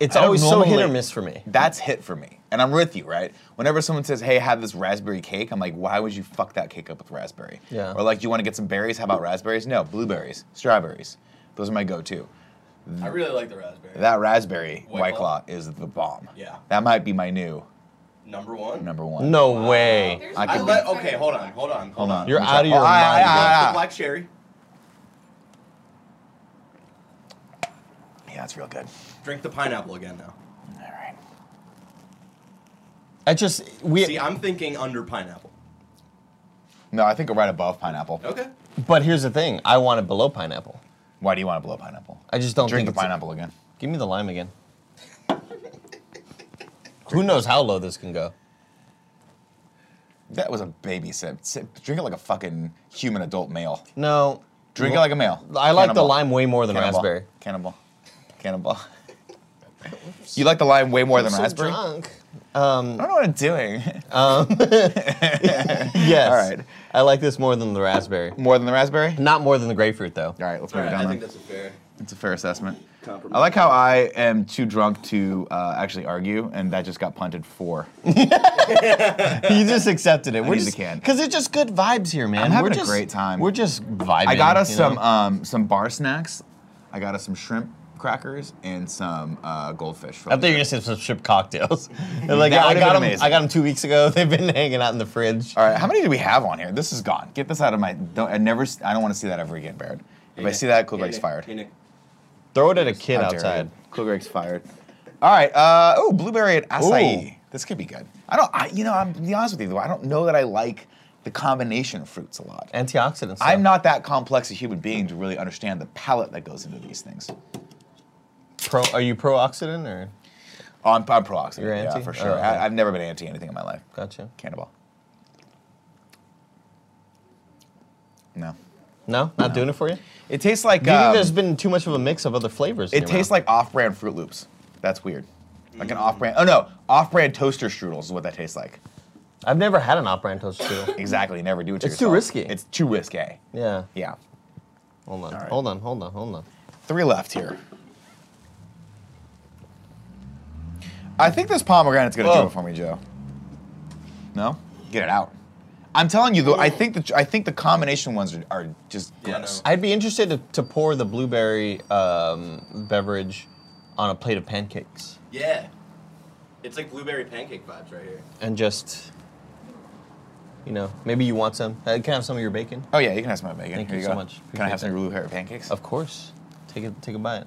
B: It's
A: I don't
B: always so hit or
A: normally-
B: miss for me.
A: That's hit for me. And I'm with you, right? Whenever someone says, hey, have this raspberry cake, I'm like, why would you fuck that cake up with raspberry?
B: Yeah.
A: Or like, you want to get some berries? How about raspberries? No, blueberries, strawberries. Those are my go to.
G: I really like the raspberry.
A: That raspberry White,
G: White
A: Claw.
G: Claw?
A: is the bomb.
G: Yeah.
A: That might be my new
G: Number one.
A: number one.
B: No way.
E: There's
A: I
G: I
A: could
G: let,
E: ones I
G: okay,
E: don't
G: hold
E: like.
G: on, hold on,
A: Hold on.
B: You're
A: let me
B: out
A: try-
B: of your
A: Oh, I-
B: mind,
A: I- I-
G: The
A: I-
G: black cherry.
A: ah. yeah, it's real good.
G: Drink the pineapple again now.
A: All right.
B: I just we.
G: See, I'm thinking under pineapple.
A: No, I think we're right above pineapple.
G: Okay.
B: but here's the thing. I want it below pineapple.
A: Why do you want to blow pineapple?
B: I just don't
A: Drink the
B: think it's-
A: pineapple again.
B: Give me the lime again. Who knows how low this can go?
A: That was a baby sip. sip. Drink it like a fucking human adult male.
B: No.
A: Drink it like a male.
B: I like the
A: Cannonball.
B: lime way more than
A: Cannonball.
B: raspberry.
A: Cannonball. Cannonball. you like the lime way more than
B: I'm so
A: raspberry?
B: drunk.
A: I don't know what I'm doing.
B: Yes.
A: All right.
B: I like this more than the raspberry.
A: more than the raspberry? All
B: Not more than the grapefruit though.
A: right, let's
G: All
A: move it
G: right,
A: down
G: I
A: then.
G: think that's a fair.
A: It's a fair assessment.
G: Compromise.
A: I like how I am too drunk to uh, actually argue, and that just got punted four.
B: you just accepted it. We're
A: need the
B: just
A: can.
B: because it's just good vibes here, man.
A: I'm having
B: we're
A: a
B: just,
A: great time.
B: We're just vibing.
A: I got us
B: you know?
A: some um, some bar snacks. I got us some shrimp crackers and some uh, goldfish. for
B: I thought you were
A: later.
B: gonna say some shrimp cocktails. They're like,
A: That
B: I
A: would've
B: got
A: been
B: them.
A: amazing.
B: I got them two weeks ago. They've been hanging out in the fridge.
A: All right, how many do we have on here? This is gone. Get this out of my. Don't, I never. s- I don't want to see that ever again, Baird. If I see that, Cool Greg's fired.
G: Hey, Nick.
B: Throw it at a kid
A: How dare
B: outside.
A: you. Cool Greg's fired. All right. Uh, oh, blueberry and acai.
B: Ooh.
A: This could be good. I don't. I, you know, I'm to be honest with you though. I don't know that I like the combination of fruits a lot.
B: Antioxidants.
A: I'm
B: though.
A: not that complex a human being to really understand the palate that goes into these things.
B: pro. Are you pro-oxidant or?
A: Oh, I'm, I'm pro-oxidant.
B: You're
A: yeah,
B: anti?
A: for
B: Oh,
A: sure.
B: okay.
A: I, I've never been anti anything in my life.
B: Gotcha.
A: Cannonball. No.
B: No, not doing it for you.
A: It tastes like.
B: Do you think
A: um,
B: there's been too much of a mix of other flavors? in
A: it
B: your
A: tastes
B: mouth?
A: like off-brand Fruit Loops. That's weird. Like an off-brand. Oh no, off-brand toaster strudels is what that tastes like.
B: I've never had an off-brand toast strudel.
A: Exactly. Never do it. To
B: It's too
A: yourself.
B: risky.
A: It's too risque.
B: yeah.
A: Yeah.
B: Hold on.
A: All right.
B: Hold on. Hold on. Hold on.
A: Three left here. I think this pomegranate's gonna do
B: Whoa.
A: it for me, Joe. No, get it out. I'm telling you, though, I think the I think the combination ones are, are just
G: Yeah,
A: gross.
B: I'd be interested to, to pour the blueberry um, beverage on a plate of pancakes
G: Yeah. It's like blueberry pancake vibes right here.
B: and just, you know, maybe you want some. Uh, can I have some of your bacon?
A: Oh yeah, you can have some of my bacon.
B: Thank
A: Here
B: you
A: you
B: so
A: go.
B: much.
A: Can I
B: Appreciate
A: have some blue hair pancakes?
B: Of course. Take a take a bite.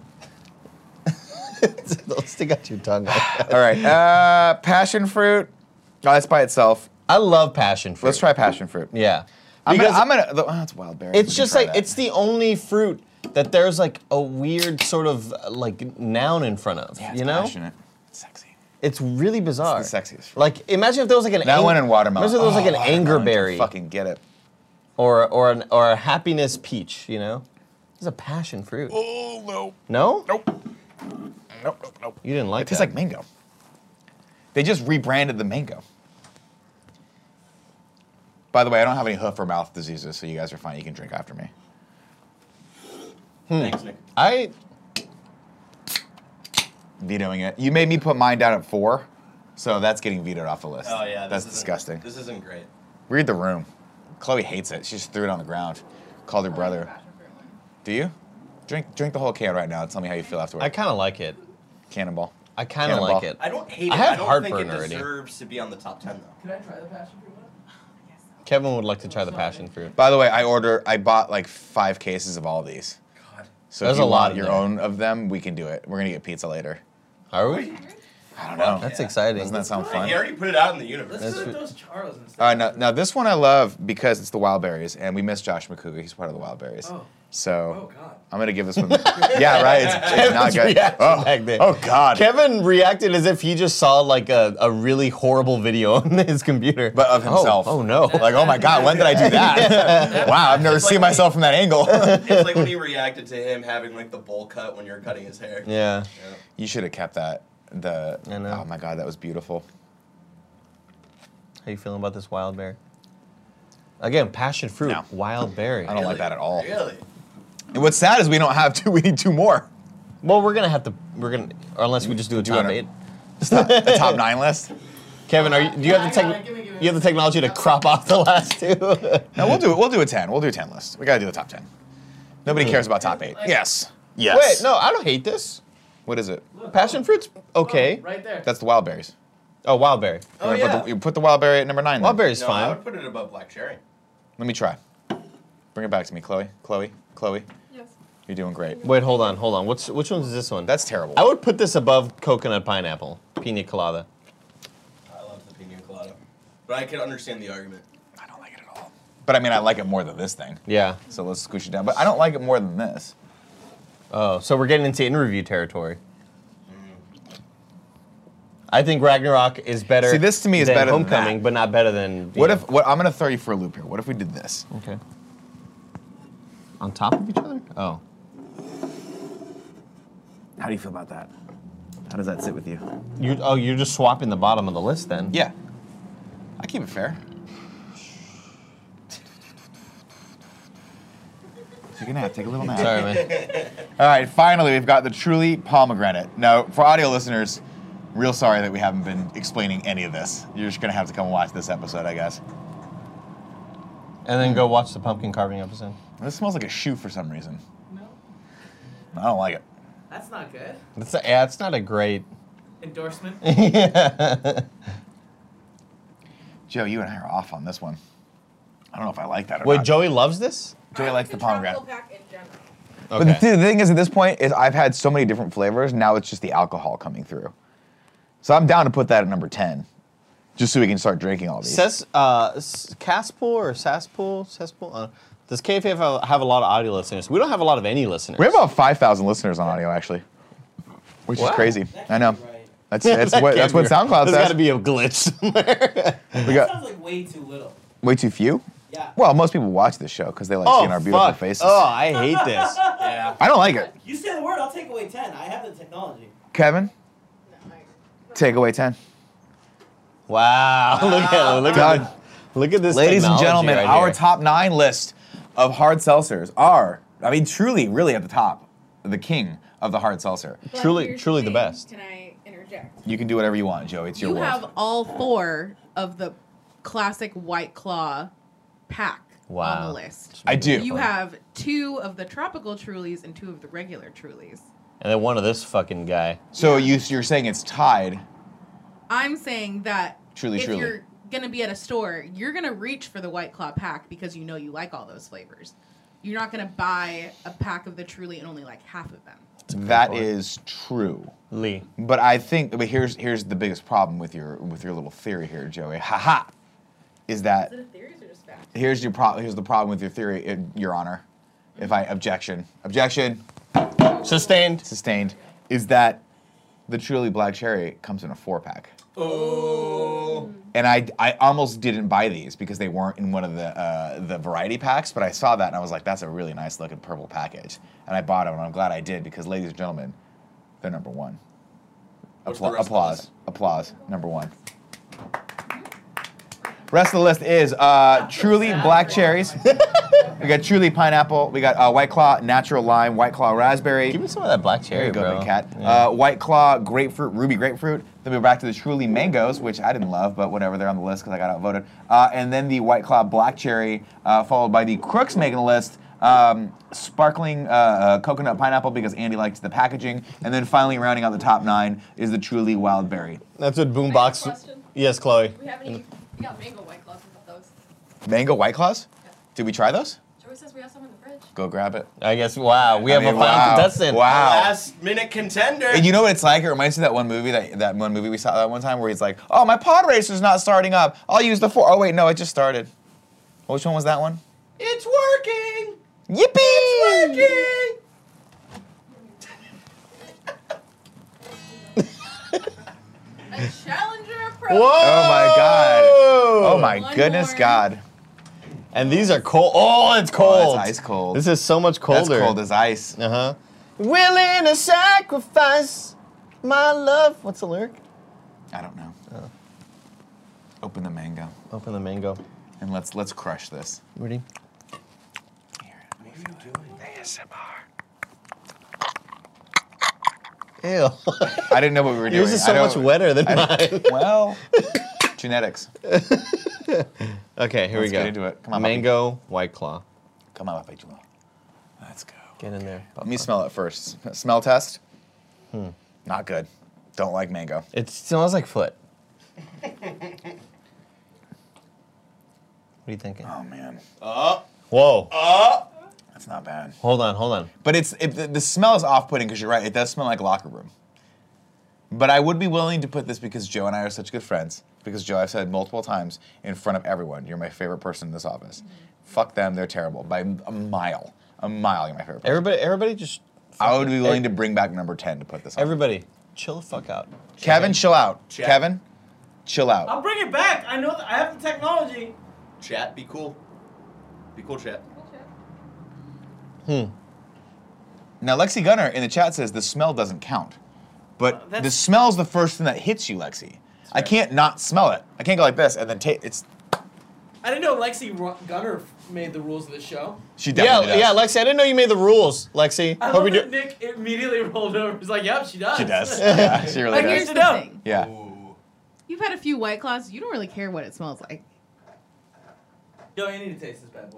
B: Don't stick out your tongue.
A: All right, uh, passion fruit. Oh, that's by itself.
B: I love passion fruit.
A: Let's try passion fruit.
B: Yeah.
A: I'm gonna,
B: Because
A: I'm gonna. Oh, that's wild berry. We
B: it's
A: can
B: just
A: try
B: like
A: that.
B: it's the only fruit that there's like a weird sort of uh, like noun in front of.
A: Yeah, it's
B: you know?
A: passionate. It's sexy.
B: It's really bizarre.
A: It's the sexiest fruit.
B: Like imagine if there was like an
A: That
B: ang-
A: one and watermelon.
B: Imagine if there was like
A: Oh,
B: an
A: watermelon
B: anger
A: can
B: berry
A: Fucking get it.
B: or or an, or a happiness peach. You know, this is a passion fruit.
A: Oh no.
B: No,
A: Nope. Nope. Nope. Nope.
B: you didn't like
A: It tastes
B: that.
A: like mango. They just rebranded the mango. By the way, I don't have any hoof or mouth diseases, so you guys are fine. You can drink after me. Hmm.
G: Thanks, Nick.
B: I
A: Vetoing it. You made me put mine down at four, so that's getting vetoed off the list.
G: Oh yeah, this
A: that's
G: isn't-
A: disgusting.
G: This isn't great.
A: Read the room. Chloe hates it. She just threw it on the ground. Called her brother. Do you? Drink drink the whole can right now. and Tell me how you feel afterward.
B: I kind of like it.
A: Cannonball.
B: I kind of
A: Cannonball.
B: like it.
G: I don't hate
B: I
G: it.
B: have
G: I don't
B: heartburn
G: think it
B: already.
G: deserves to be on the top ten though.
C: Can I try the passion fruit one?
B: Kevin would like to try the passion fruit.
A: By the way, I order. I bought like five cases of all these.
G: God.
A: So
B: There's
A: if you
B: a lot
A: want
B: in
A: your
B: there.
A: own of them, we can do it. We're gonna get pizza later.
B: Are we?
A: I don't know.
B: That's
G: Yeah.
B: exciting.
A: Doesn't that sound
G: He
A: fun?
G: already put it out in the universe.
C: Let's
B: That's
C: do
B: what-
C: those charles instead.
A: All right, now, now this one I love because it's the wild berries, and we miss Josh McCougar. He's part of the wild berries.
C: Oh.
A: So
C: Oh God.
A: I'm gonna give this one. yeah, right. It's, it's not
B: Kevin's
A: good.
B: reaction
A: Oh,
B: back there.
A: oh God.
B: Kevin reacted as if he just saw like a, a really horrible video on his computer.
A: But of
B: Oh,
A: himself.
B: Oh, no.
A: like, oh my God, when did I do that? wow, I've never
G: It's like
A: seen
G: when-
A: myself from that angle.
G: it's like when he reacted to him having like the bowl cut when you're cutting his hair.
B: Yeah.
G: Yeah.
A: you should have kept that. The
B: I know.
A: oh my God, that was beautiful.
B: How you feeling about this wild berry? Again, passion fruit,
A: No.
B: wild berry.
A: I don't like
G: Really?
A: that at all.
G: Really?
A: And what's sad is we don't have two. We need two more.
B: Well, we're gonna have to. We're gonna, or unless we just do a
A: Do
B: top
A: it.
B: eight.
A: The top nine list.
B: Kevin, are you? Do you have the
C: Yeah, I got
B: tech?
C: it. Give me- give me-
B: You have the technology to crop off the last two.
A: No, we'll do it. We'll do a ten. We'll do a ten list. We gotta do the top ten. Nobody cares about top eight. Yes. Yes.
B: Wait, no, I don't hate this.
A: What is it?
C: Look,
B: Passion
C: oh,
B: fruit's okay.
C: oh, right there.
A: That's the wild berries.
B: Oh, wild berry.
A: You
C: oh
A: wanna put
C: yeah.
A: the- you put the wild berry at number nine. then.
B: Wild berry's
G: no, I
B: fine.
G: would put it above black cherry.
A: Let me try. Bring it back to me, Chloe. Chloe. Chloe.
E: Yes.
A: You're doing great.
B: Wait, hold on, hold on. What's which one's this one?
A: That's terrible.
B: I would put this above coconut pineapple, pina colada.
G: I love the pina colada, but I can understand the argument.
A: I don't like it at all. But I mean, I like it more than this thing.
B: Yeah.
A: So let's scooch it down. But I don't like it more than this.
B: Oh, so we're getting into interview territory. I think Ragnarok is better.
A: See, this to me is
B: than
A: better than
B: Homecoming,
A: that.
B: but not better than.
A: What
B: yeah.
A: if? What I'm gonna throw you for a loop here. What if we did this?
B: Okay. On top of each other? Oh.
A: How do you feel about that? How does that sit with you?
B: You oh you're just swapping the bottom of the list then?
A: Yeah. I keep it fair. Take a nap. Take a little nap.
B: Sorry, man.
A: All right, finally, we've got the truly pomegranate. Now, for audio listeners, real sorry that we haven't been explaining any of this. You're just gonna have to come and watch this episode, I guess.
B: And then go watch the pumpkin carving episode.
A: This smells like a shoe for some reason.
C: No,
A: I don't like it.
C: that's not good.
B: That's a, yeah, it's not a great.
C: Endorsement.
B: yeah.
A: Joe, you and I are off on this one. I don't know if I like that or
B: Wait,
A: not.
B: Joey loves this?
A: Joey likes the pomegranate.
E: Pack in general.
B: Okay.
A: But the, the thing is, at this point, is I've had so many different flavors. Now it's just the alcohol coming through. So I'm down to put that at number ten, just so we can start drinking all these.
B: Says uh, S- Caspool or Saspool? Saspool? Uh, does KFA have a, have a lot of audio listeners? We don't have a lot of any listeners.
A: we have about five thousand listeners on audio, actually, which is
B: Wow.
A: crazy. I know.
C: Right.
A: That's that's
B: That
A: what
B: can't
A: that's
B: be
A: what
B: right.
A: SoundCloud
B: There's got to
A: says.
B: be a glitch somewhere.
A: We
C: That
A: got
C: sounds like way too little.
A: way too few.
C: Yeah.
A: Well, most people watch this show because they like
B: oh,
A: seeing our beautiful
B: fuck.
A: faces.
B: Oh, I hate this.
G: Yeah.
A: I don't like it.
C: You say the word, I'll take away ten. I have the technology.
A: Kevin,
E: No, I-
A: take away ten.
B: Wow. Look at look at
A: Done.
B: look at this.
A: Ladies and
B: technology
A: gentlemen,
B: right
A: our
B: here.
A: top nine list of hard seltzers are I mean, truly, really at the top, the king of the hard seltzer.
E: But
B: Truly-
E: here's
B: truly the
E: thing.
B: best.
E: Can I interject?
A: You can do whatever you want, Joe. It's your
E: you
A: world.
E: have all four of the classic White Claw pack on
B: Wow.
E: the list.
A: I do.
E: You have two of the tropical Trulies and two of the regular Trulies.
B: And then one of this fucking guy.
A: so you, you're saying it's tied.
E: I'm saying that
A: Truly,
E: if
A: truly.
E: you're gonna be at a store, you're gonna reach for the White Claw pack because you know you like all those flavors. You're not gonna buy a pack of the Truly and only like half of them.
A: That
B: point.
A: is true.
B: Lee.
A: But I think, but here's here's the biggest problem with your with your little theory here, Joey. Ha ha, is that
E: a theories or just fact?
A: here's your problem. Here's the problem with your theory, eh, Your Honor. If I objection, objection
B: Sustained.
A: sustained, is that the truly black cherry comes in a four pack.
D: Oh.
A: And I, I almost didn't buy these because they weren't in one of the uh, the variety packs, but I saw that and I was like, that's a really nice looking purple package. And I bought them and I'm glad I did because, ladies and gentlemen, they're number one.
D: Where's the
A: Appla-
D: rest of the
A: applause.
D: list?
A: Applause. Number one. Rest of the list is uh, truly black cherries. we got truly pineapple. We got uh, white claw, natural lime, white claw raspberry.
B: Give me some of that black
A: There
B: cherry,
A: you go,
B: bro.
A: big cat.
B: Yeah.
A: Uh, White Claw, grapefruit, ruby grapefruit. Then we're back to the truly mangoes, which I didn't love, but whatever, they're on the list because I got outvoted. Uh, and then the White Claw black cherry, uh, followed by the crooks making the list. Um, sparkling uh, uh, coconut pineapple because Andy liked the packaging. And then finally, rounding out the top nine is the truly wild berry.
B: That's what
F: I
B: boombox.
F: have a question.
B: Yes, Chloe.
F: We haven't even we got mango white claws with those.
A: Mango White Claws? Did we try those?
F: Joey says we have some in the fridge.
A: Go grab it.
B: I guess. Wow, we
A: I
B: have
A: mean,
B: a final
A: wow.
B: contestant.
A: Wow.
G: Last minute contender.
A: And you know what it's like? It reminds me of that one movie that, that one movie we saw that one time where he's like, "Oh, my pod racer's not starting up. I'll use the four. Oh wait, no, it just started. Which one was that one?
G: it's working.
A: Yippee!
G: Working.
F: A challenger approach.
B: Whoa!
A: my God. Oh my
E: One
A: goodness,
E: more.
A: God!
B: And these are cold. Oh, it's cold.
A: it's ice cold.
B: This is so much colder.
A: That's cold as ice.
B: Uh huh. Willing to sacrifice my love. What's the lyric?
A: I don't know. Open the mango
B: Open the mango.
A: and let's let's crush this.
B: Ready? Ew.
A: I didn't know what we were doing.
B: Yours is
A: I
B: so
A: don't-
B: much wetter than mine.
A: Well, genetics.
B: Okay, here
A: Let's
B: we go.
A: get into it. Come on,
B: mango white claw.
A: Come on, Papi Chulo. Let's go.
B: Get in there.
A: Let me smell it first. Smell test. Not good. Don't like mango.
B: It smells like foot. what are you thinking?
A: Oh man,
B: Whoa!
A: that's not bad.
B: hold on, hold on.
A: But it's it, the, the smell is off-putting because you're right. It does smell like locker room. But I would be willing to put this because Joe and I are such good friends. Because Joe, I've said multiple times in front of everyone, you're my favorite person in this office. Fuck them, they're terrible by a mile. A mile, you're my favorite. Person.
B: Everybody, everybody, just.
A: I would be willing to
B: Ev-
A: bring back number ten to put this on.
B: Everybody, chill the fuck out.
A: Kevin, chill out.
D: Check.
A: Kevin, chill
H: I'll
A: out.
H: bring it back. I know that I have the technology.
D: Chat, be cool. Be cool, chat.
A: Now, Lexi Gunner in the chat says the smell doesn't count,
H: Uh,
A: but
H: that's-
A: the smell's the first thing that hits you, Lexi. I can't not smell it. I can't go like this and then take. It's
C: I didn't know Lexi Ru- Gunner made the rules of the show.
A: she
B: Yeah,
A: definitely does.
B: yeah, Lexi. I didn't know you made the rules, Lexi.
H: I
B: Hope
H: love
B: you
H: that
B: do.
H: Nick immediately rolled over. He's like, "Yep, she does."
A: She does. Yeah, she really
H: Like,
E: But
H: Yes.
E: here's
A: does.
E: the
H: Yes.
E: thing:
A: Yeah.
E: you've had a few White Claws, you don't really care what it smells like.
H: Yo, you need to taste this bad boy.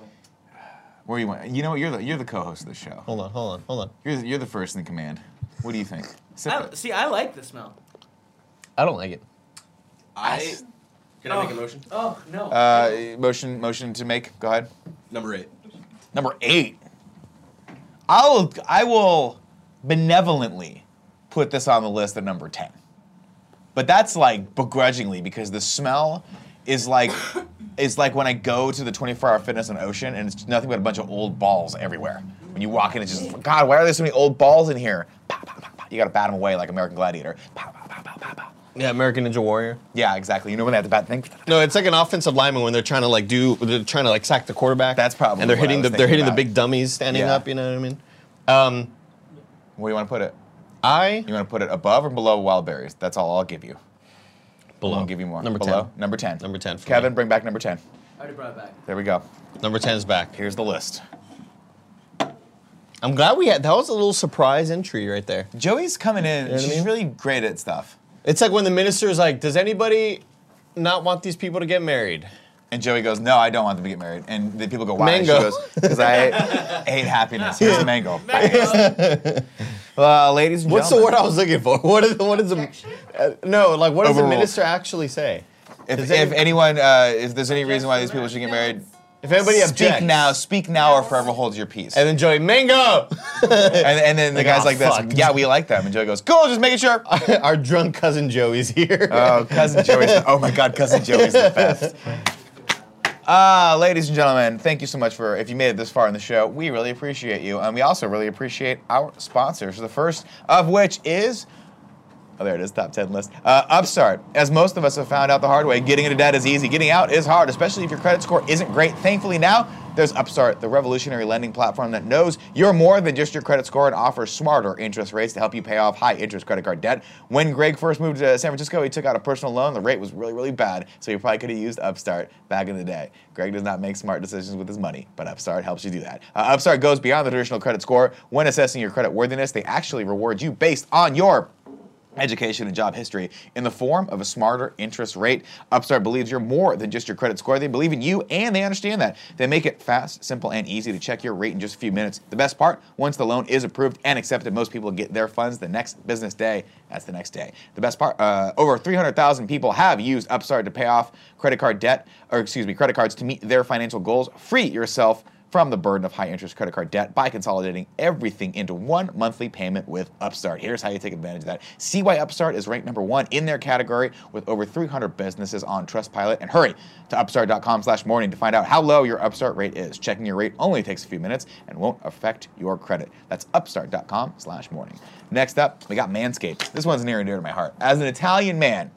A: Where you want? You know, what? you're the you're the co-host of the show.
B: Hold on, hold on, hold on.
A: You're the, you're the first in command. What do you think? Sip
E: Oh,
H: I,
A: it.
H: see, I like the smell.
B: I don't like it.
D: I. Can I make a
H: Oh.
D: motion?
H: Oh no.
A: Uh, motion motion to make. Go ahead.
D: Number eight.
A: Number eight. I'll I will benevolently put this on the list at number ten. But that's like begrudgingly because the smell is like is like when I go to the 24 hour fitness on Ocean and it's nothing but a bunch of old balls everywhere. When you walk in, it's just God, why are there so many old balls in here? Pow, pow, pow, pow. You gotta bat them away like American Gladiator. Pow, pow, pow, pow, pow, pow.
B: Yeah, American Ninja Warrior.
A: Yeah, exactly. You know when they have the bat thing?
B: No, it's like an offensive lineman when they're trying to like do, they're trying to like sack the quarterback.
A: That's probably
B: And they're
A: what I
B: hitting
A: was
B: the, they're
A: thinking
B: hitting the
A: about.
B: big dummies standing
A: Yeah.
B: up. You know what I mean? Um,
A: Where you want to put it?
B: I
A: You want to put it above or below wild berries? That's all I'll give you. I
B: below.
A: won't give you more.
B: Number
A: below.
B: ten.
A: Number ten.
B: Number 10 for
A: Kevin,
B: me.
A: bring back number ten.
H: I already brought it back.
A: There we go.
B: Number ten is back.
A: Here's the list.
B: I'm glad we had that was a little surprise entry right there.
A: Joey's coming in.
B: what I
A: She's
B: mean?
A: really great at stuff.
B: It's like when the minister's like, "Does anybody not want these people to get married?"
A: And Joey goes, "No, I don't want them to get married." And the people go, "Why?" And
B: Mango.
A: She goes, "Because I hate happiness." Here's a mango. Well, ladies and
B: What's the
A: gentlemen,
B: word I was looking for? What is what
A: Um,
B: is the
F: Objection?
B: uh, no like? What does the
A: Overruled.
B: minister actually say?
A: If,
B: Does
A: if
B: any-
A: anyone, uh, if there's any reason why these people should get married,
B: If anybody
A: speak
B: objects,
A: now. Speak now, or forever hold your peace.
B: and then Joey Mango,
A: and, and then the
B: Like,
A: guy's
B: "Oh,
A: like this,
B: fuck."
A: yeah, we like them. And Joey goes, cool, just making sure.
B: our drunk cousin Joey's here.
A: Oh, cousin Joey's. The, oh my God, cousin Joey's the best. Ah, ladies and gentlemen, thank you so much for if you made it this far in the show. We really appreciate you, and we also really appreciate our sponsors. The first of which is. Oh, there it is, top 10 list. Uh, Upstart. As most of us have found out the hard way, getting into debt is easy. Getting out is hard, especially if your credit score isn't great. Thankfully, now there's Upstart, the revolutionary lending platform that knows you're more than just your credit score and offers smarter interest rates to help you pay off high interest credit card debt. When Greg first moved to San Francisco, he took out a personal loan. The rate was really, really bad, so he probably could have used Upstart back in the day. Greg does not make smart decisions with his money, but Upstart helps you do that. Uh, Upstart goes beyond the traditional credit score. When assessing your credit worthiness, they actually reward you based on your education and job history in the form of a smarter interest rate. Upstart believes you're more than just your credit score. They believe in you and they understand that. They make it fast, simple, and easy to check your rate in just a few minutes. The best part, once the loan is approved and accepted, most people get their funds the next business day. That's the next day. The best part, uh, over 300,000 people have used Upstart to pay off credit card debt, or excuse me, credit cards to meet their financial goals. Free yourself from the burden of high interest credit card debt by consolidating everything into one monthly payment with Upstart. Here's how you take advantage of that. See why Upstart is ranked number one in their category with over 300 businesses on Trustpilot. And hurry to upstart.com slash morning to find out how low your Upstart rate is. Checking your rate only takes a few minutes and won't affect your credit. That's upstart.com slash morning. Next up, we got Manscaped. This one's near and dear to my heart. As an Italian man,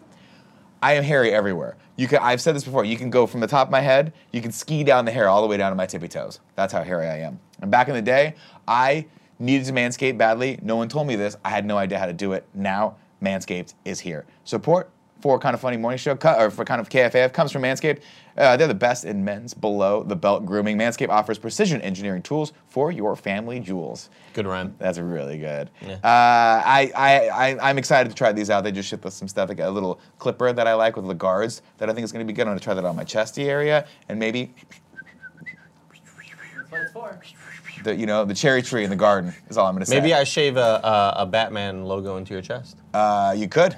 A: I am hairy everywhere. You can, I've said this before. You can go from the top of my head, you can ski down the hair all the way down to my tippy toes. That's how hairy I am. And back in the day, I needed to manscape badly. No one told me this. I had no idea how to do it. Now, Manscaped is here. Support for Kind of Funny Morning Show, co- or for Kind of KFAF, comes from Manscaped. Uh, they're the best in men's below the belt grooming. Manscaped offers precision engineering tools for your family jewels.
B: Good rhyme.
A: That's really good. Uh, I, I, I, I'm excited to try these out. They just shipped us some stuff, like a little clipper that I like with the guards that I think is going to be good. I'm going to try that on my chesty area and maybe,
H: That's what it's for.
A: the, you know, the cherry tree in the garden is all I'm going to say.
B: Maybe I shave a, a, a Batman logo into your chest.
A: Uh, you could.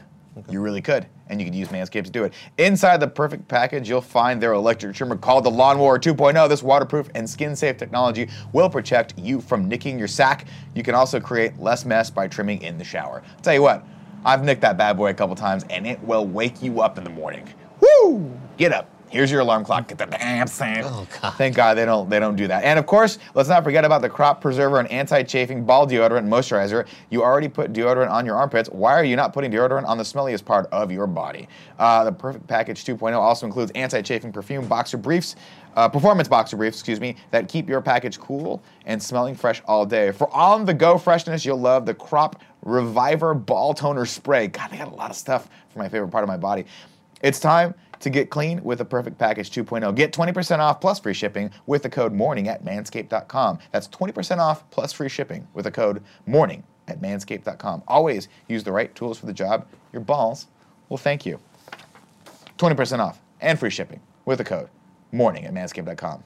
A: You really could. And you could use Manscaped to do it. Inside the perfect package, you'll find their electric trimmer called the Lawnmower 2.0. This waterproof and skin safe technology will protect you from nicking your sack. You can also create less mess by trimming in the shower. tell you what, I've nicked that bad boy a couple times and it will wake you up in the morning. Woo! Get up. Here's your alarm clock. Get the damn thing.
B: Oh, God.
A: Thank God they don't they don't do that. And of course, let's not forget about the crop preserver and anti-chafing ball deodorant and moisturizer. You already put deodorant on your armpits. Why are you not putting deodorant on the smelliest part of your body? Uh, the Perfect Package 2.0 also includes anti-chafing perfume, boxer briefs, uh, performance boxer briefs, excuse me, that keep your package cool and smelling fresh all day. For on-the-go freshness, you'll love the Crop Reviver Ball Toner Spray. God, they got a lot of stuff for my favorite part of my body. It's time to get clean with the Perfect Package 2.0. Get 20% off plus free shipping with the code MORNING at manscaped.com. That's 20% off plus free shipping with the code MORNING at manscaped.com. Always use the right tools for the job. Your balls will thank you. 20% off and free shipping with the code MORNING at manscaped.com.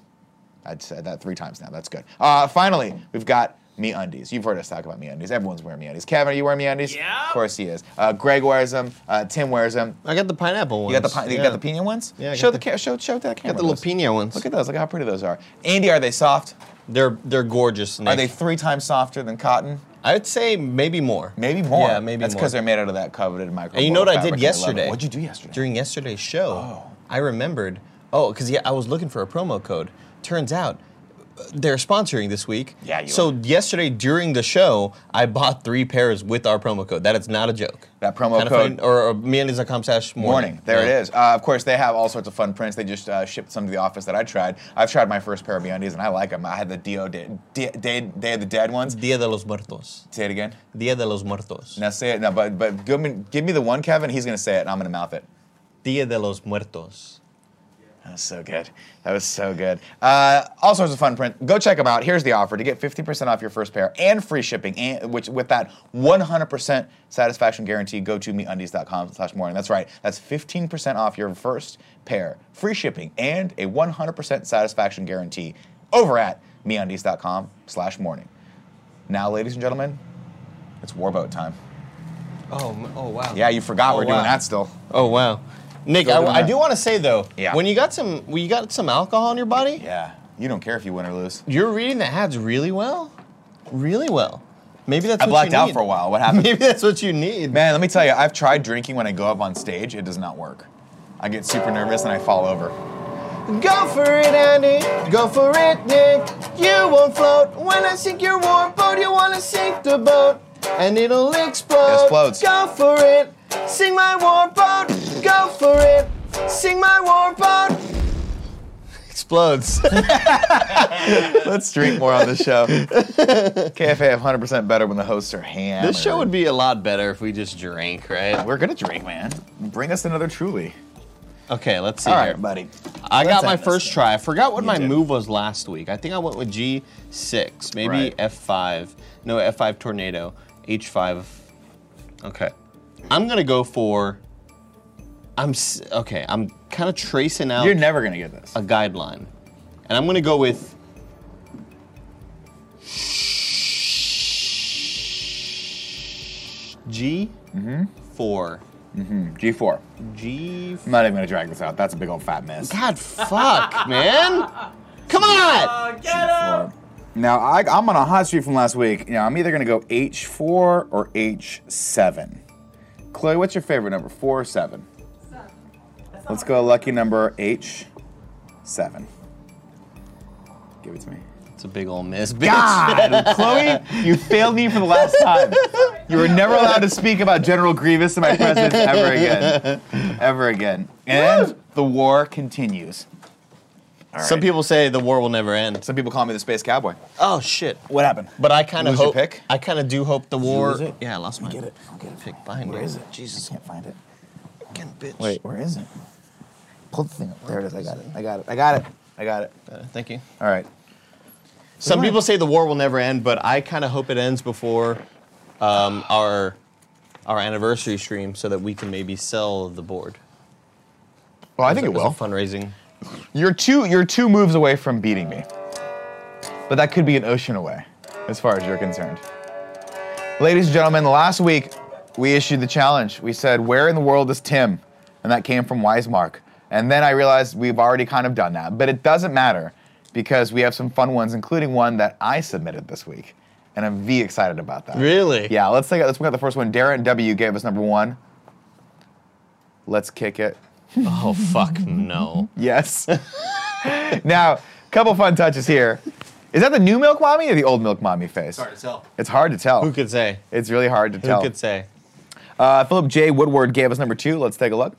A: I'd said that three times now. That's good. Uh, finally, we've got me undies. You've heard us talk about me undies. Everyone's wearing me undies. Kevin, are you wearing me undies?
H: Yeah.
A: Of course he is. Uh, Greg wears them. Uh, Tim wears them.
B: I got the pineapple one.
A: You got the pi- you got the pina ones.
B: Yeah, I
A: Show
B: got
A: the,
B: the-
A: ca- show show that camera.
B: got the little
A: those.
B: pina ones.
A: Look at those. Look how pretty those are. Andy, are they soft?
B: They're they're gorgeous. Nick.
A: Are they three times softer than cotton?
B: I'd say maybe more.
A: Maybe more.
B: Yeah, maybe
A: That's
B: more.
A: because they're made out of that coveted micro.
B: And you know what I did yesterday?
A: What'd you do yesterday?
B: During yesterday's show,
A: Oh.
B: I remembered. Oh, because yeah, I was looking for a promo code. Turns out uh, they're sponsoring this week.
A: Yeah, you
B: So
A: are.
B: yesterday during the show, I bought three pairs with our promo code. That is not a joke.
A: That promo
B: Kinda
A: code-
B: funny, or, or meandies.com slash
A: Morning.
B: morning.
A: There
B: Yeah.
A: it is. Uh, of course, they have all sorts of fun prints. They just uh, shipped some to the office that I tried. I've tried my first pair of Beyondies and I like them. I had the Dio Day, Day, Day of the Dead ones.
B: Dia de los Muertos.
A: Say it again.
B: Dia de los Muertos.
A: Now say it. No, but but give me give me the one, Kevin. He's gonna say it and I'm gonna mouth it.
B: Dia de los Muertos.
A: That was so good. That was so good. Uh, all sorts of fun print. Go check them out. Here's the offer to get 50% off your first pair and free shipping, and which with that 100% satisfaction guarantee, go to meundies.com slash morning. That's right. That's 15% off your first pair, free shipping, and a 100% satisfaction guarantee over at meundies.com slash morning. Now, ladies and gentlemen, it's Warboat time.
B: Oh, m- oh wow.
A: Yeah, you forgot
B: Oh,
A: we're
B: wow.
A: doing that still.
B: Oh wow. Nick,
A: Still
B: I,
A: doing
B: I
A: that.
B: do want to say though,
A: Yeah.
B: when you got some, when you got some alcohol in your body,
A: Yeah. You don't care if you win or lose.
B: you're reading the ads really well, really well. Maybe that's
A: I
B: what
A: blacked
B: you
A: out
B: need.
A: for a while. What happened?
B: Maybe that's what you need.
A: Man, let me tell you, I've tried drinking when I go up on stage. It does not work. I get super nervous and I fall over.
B: Go for it, Andy. Go for it, Nick. You won't float. When I sink your warm boat, you wanna sink the boat. And it'll explode.
A: Explodes.
B: Go for it. Sing my warm boat. Go for it. Sing my warm boat. Explodes.
A: Let's drink more on this show. KFA 100% better when the hosts are hammered.
B: this show would be a lot better if we just drank, right?
A: We're gonna drink, man. Bring us another Truly.
B: Okay, let's see
A: All
B: here.
A: right, buddy.
B: I
A: Let's
B: got my
A: end this
B: first
A: thing.
B: try. I forgot what
A: You
B: my
A: did.
B: move was last week. I think I went with G6, maybe
A: Right.
B: F5. No, F5 tornado, H5. Okay. I'm going to go for I'm s- okay, I'm kind of tracing out
A: You're never gonna get this.
B: a guideline. And I'm going to go with G4.
A: Mm-hmm. G4.
B: G4.
A: I'm not even gonna drag this out. That's a big old fat mess.
B: God, fuck, man. Come on.
H: Uh, get up!
A: Now I, I'm on a hot streak from last week. Now I'm either gonna go H4 or H7. Chloe, what's your favorite number? Four or seven?
F: Seven.
A: Let's go lucky number H7. Give it to me.
B: It's a big old miss, bitch.
A: God, Chloe, you failed me for the last time. You were never allowed to speak about General Grievous in my presence ever again. Ever again. And the war continues. All
B: Some
A: right.
B: people say the war will never end.
A: some people call me the space cowboy.
B: Oh shit!
A: What happened?
B: But I kind of
A: Lose your
B: hope.
A: pick?
B: I kind of do hope the war.
A: lose it?
B: Yeah, I lost my
A: Get it. I'll get it.
B: pick. Behind
A: Where
B: me.
A: is it? Jesus, I can't find it.
B: Again, bitch.
A: Wait, where is it? Pull the thing up. There it is. I got it. I got it. I got it. I got it.
B: Uh, thank you.
A: All right.
B: Some
A: What?
B: people say the war will never end, but I kind of hope it ends before um, our our anniversary stream, so that we can maybe sell the board.
A: Well, I think
B: As
A: it
B: a- as a
A: will.
B: fundraising.
A: You're two. You're two moves away from beating me. But that could be an ocean away, as far as you're concerned. Ladies and gentlemen, last week we issued the challenge. We said, "Where in the world is Tim?" And that came from Wisemark. And then I realized we've already kind of done that, but it doesn't matter because we have some fun ones, including one that I submitted this week, and I'm v excited about that.
B: Really?
A: Yeah. Let's take. Let's look at the first one. Darren W gave us number one. Let's kick it.
B: Oh fuck no.
A: Yes. now, couple fun touches here. Is that the new milk mommy or the old milk mommy face?
D: Sorry to tell.
A: It's hard to tell.
B: Who could say?
A: it's really hard to
B: Who
A: tell.
B: could say?
A: Uh, Philip J. Woodward gave us number two. Let's take a look.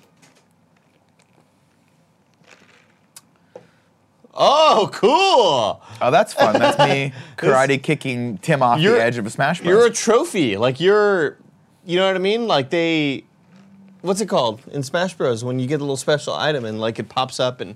B: Oh, cool.
A: Oh, that's fun. That's me karate kicking Tim off the
B: You're-
A: edge of a Smash Bros.
B: You're a trophy. Like you're, you know what I mean? Like they, what's it called in Smash Bros. When you get a little special item and like it pops up and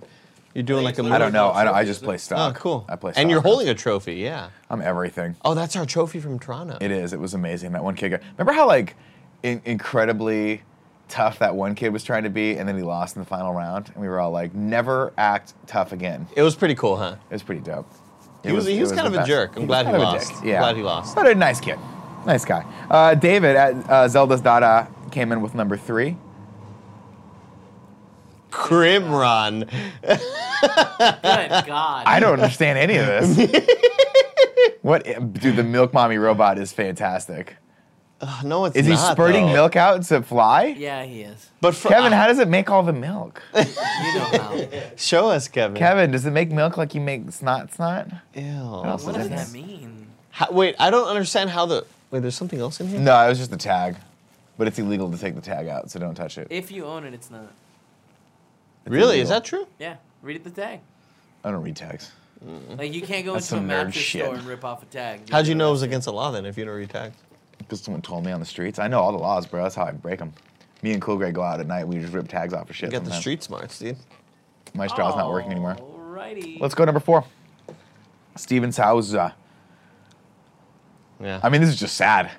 B: you're doing like a.
A: I don't know.
B: little-
A: I, don't, I just play
B: Oh,
A: stock.
B: cool.
A: I play stock.
B: and you're holding a trophy, yeah.
A: I'm everything.
B: Oh, that's our trophy from Toronto.
A: It is. It was amazing. That one kid. Got, remember how like in, incredibly tough that one kid was trying to be, and then he lost in the final round, and we were all like, "Never act tough again."
B: It was pretty cool, huh?
A: It was pretty dope.
B: He was- he was kind
A: the
B: of a
A: best.
B: jerk. I'm
A: was
B: glad he
A: kind of a
B: lost.
A: dick.
B: I'm
A: Yeah.
B: glad he lost.
A: But a nice kid. Nice guy. Uh, David at uh, Zelda's Dada came in with number three.
B: Crimron.
H: Good God.
A: I don't understand any of this. what? i- Dude, the Milk Mommy robot is fantastic.
B: Ugh, No, it's
A: Is he
B: not,
A: spurting
B: though.
A: milk out to fly?
H: yeah, he is.
B: But for, uh,
A: Kevin, how does it make all the milk?
H: You know how.
B: show us, Kevin.
A: Kevin, does it make milk like you make snot snot?
B: Ew.
A: else?
H: what does
A: Yes.
H: that mean?
B: How, wait, I don't understand how the. Wait, there's something else in here.
A: No, it was just a tag. But it's illegal to take the tag out, so don't touch it.
H: If you own it, it's not.
A: It's
B: really? Is
A: illegal.
B: that true?
H: Yeah, read it the tag.
A: I don't read tags.
H: Like you can't go
A: Mm-hmm.
H: into
A: That's
H: a
A: some nerd
H: mattress
A: shit.
H: store and rip off a tag.
B: How'd you know it was against the law then? If you don't read tags.
A: Because someone told me on the streets. I know all the laws, bro. That's how I break them. Me and Cool Greg go out at night. We just rip tags off of shit.
B: You got the Oh.
A: sometimes.
B: street smarts, dude.
A: My jaw's not working anymore.
H: Alrighty.
A: Let's go number four. Steven Souza.
B: Yeah.
A: I mean, this is just sad.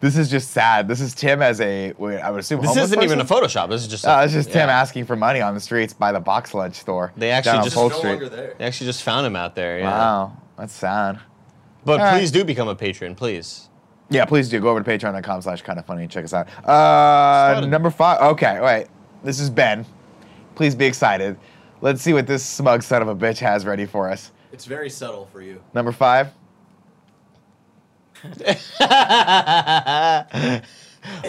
A: This is just sad. This is Tim as a. Wait, I would assume
B: this
A: homeless
B: isn't even a
A: person?
B: Photoshop. This is just.
A: Uh, it's just Tim
B: yeah.
A: asking for money on the streets by the box lunch store.
B: They actually
A: down
B: just-
A: on
G: no
A: Polk Street.
G: longer there.
B: They actually just found him out there. Yeah.
A: Wow, that's sad.
B: But
A: All right.
B: please do become a patron, please.
A: Yeah, please do. Go over to patreon.com slash kind of funny and check us out.
B: Started.
A: Uh, number five. Okay, wait. This is Ben. Please be excited. Let's see what this smug son of a bitch has ready for us.
D: It's very subtle for you.
A: Number five.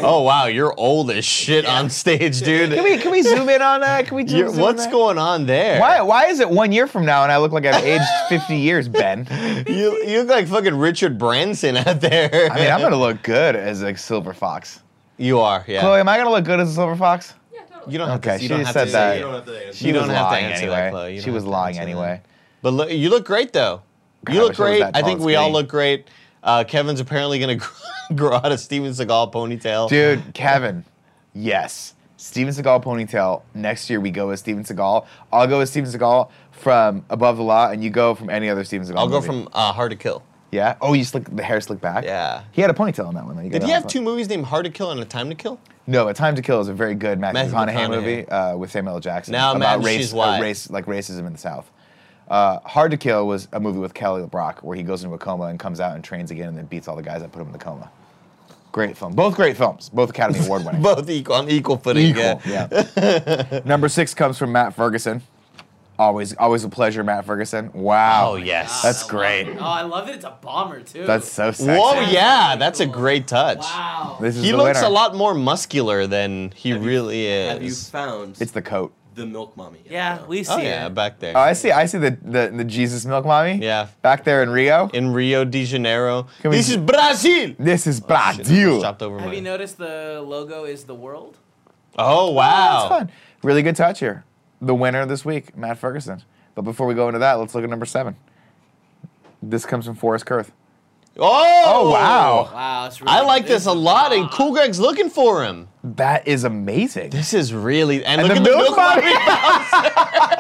B: Oh wow, you're old as shit on stage, dude.
A: Can we can we zoom in on that? Can we
B: You're-
A: just zoom
B: what's
A: in?
B: going on there?
A: Why why is it one year from now and I look like I've aged 50 years, Ben? I
B: You you look like fucking Richard Branson out there.
A: mean, I'm gonna look good as a silver fox.
B: You are, yeah.
A: Chloe, am I gonna look good as a silver fox?
F: Yeah, totally.
B: you don't have
A: Okay,
B: to.
A: she
B: You don't
A: just
B: have
A: said
B: to
A: that.
B: say
A: You
B: it.
A: don't
D: the
B: You don't
A: was
B: have to
A: lying
B: answer that,
A: anyway.
B: Chloe. You don't
A: She was
B: have to
A: lying
B: answer that.
A: anyway.
B: But look, you look great though.
A: God,
B: You
A: I
B: look
A: wish I was
B: great.
A: that
B: I
A: tall
B: think
A: and
B: we all
A: skinny.
B: look great. Uh, Kevin's apparently gonna grow out a Steven Seagal ponytail.
A: Dude, Kevin, yes. Steven Seagal ponytail. Next year we go with Steven Seagal. I'll go with Steven Seagal from Above the Law, and you go from any other Steven Seagal.
B: I'll go
A: movie.
B: from uh, Hard to Kill.
A: yeah. Oh, you slick the hair slicked back.
B: Yeah.
A: He had a ponytail on that one. though. You
B: Did
A: got
B: he
A: it on
B: have
A: that
B: two
A: one.
B: movies named Hard to Kill and A Time to Kill?
A: No, A Time to Kill is a very good Matthew,
B: Matthew
A: McConaughey,
B: McConaughey.
A: movie uh, with Samuel L. Jackson
B: Now I'm mad
A: about
B: that
A: race,
B: she's white.
A: uh, race, like racism in the South. Uh, Hard to Kill was a movie with Kelly LeBrock where he goes into a coma and comes out and trains again and then beats all the guys that put him in the coma. Great film. Both great films. Both Academy Award winning.
B: Both equal on equal footing.
A: Equal,
B: yeah.
A: yeah. Number six comes from Matt Ferguson. Always, always a pleasure, Matt Ferguson. Wow.
B: Oh yes.
A: That's
H: I love
A: great.
H: it. Oh, I love that it's a bomber too.
A: That's so sexy.
B: Whoa,
H: That's
B: yeah,
H: really
B: that's a
H: cool.
B: great touch.
H: Wow.
A: This is
B: He
A: the
B: looks
A: winner.
B: a lot more muscular than he
G: Have you-
B: really is.
G: Have you found
A: It's the coat.
G: the milk mommy? yet,
H: yeah,
G: though?
H: we see
B: oh yeah,
H: it.
B: back there.
A: Oh, I see. I see the, the, the Jesus milk mommy.
B: Yeah.
A: Back there in Rio.
B: In Rio de Janeiro.
A: Can we-
B: this is Brazil.
A: this is
B: Oh, Shit, I almost
A: Brazil.
B: chopped over
H: Have
B: my-
H: you noticed the logo is the world?
B: Oh wow.
A: That's fun. Really good touch here. The winner this week, Matt Ferguson. But before we go into that, let's look at number seven. This comes from Forrest Kurth.
B: Oh,
A: Oh, wow.
H: Wow, it's really
B: I like this a lot, and Cool Greg's looking for him.
A: That is amazing.
B: This is really and,
A: And the
B: look at
A: milk
B: the milk
A: mommy.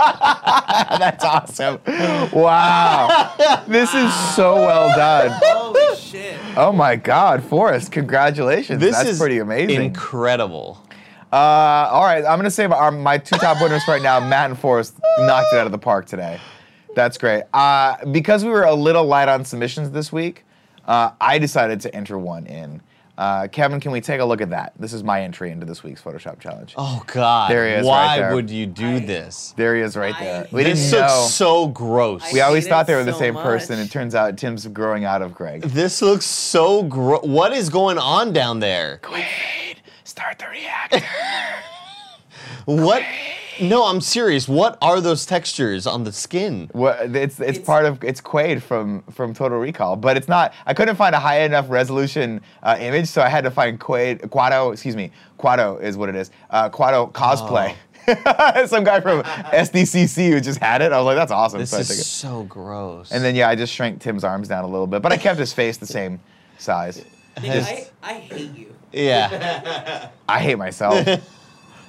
B: mommy.
A: That's awesome. Wow. This is so well done.
H: Holy shit.
A: Oh my God, Forrest! Congratulations.
B: this
A: That's
B: is
A: pretty amazing.
B: Incredible.
A: uh, all right, I'm gonna say my, our, my two top winners right now. Matt and Forrest knocked it out of the park today. That's great. Uh, because we were a little light on submissions this week, uh, I decided to enter one in. Uh, Kevin, can we take a look at that? This is my entry into this week Photoshop challenge.
B: Oh God.
A: There he is right
B: Why
A: there.
B: would you do this?
A: There he is, right there. We
B: this
A: didn't know.
B: looks so gross.
A: we always
H: Hate
A: thought
H: it
A: they were the
H: so
A: same person.
H: much.
A: It turns out Tim's growing out of Greg.
B: This looks so gross. What is going on down there?
A: Start the reactor.
B: What? No, I'm serious. What are those textures on the skin?
A: What, it's, it's
H: It's-
A: part of it's Quaid from from Total Recall, but it's not. I couldn't find a high enough resolution uh, image, so I had to find Quaid Quado. Excuse me, Quado is what it is. Uh, Quado cosplay.
B: Oh.
A: Some guy from SDCC who just had it. I was like, that's awesome.
B: This
A: so I took
B: is
A: it.
B: so gross.
A: And then yeah, I just shrank Tim's arms down a little bit, but I kept his face the same size.
H: Nick, I, I hate you.
B: yeah,
A: I hate myself.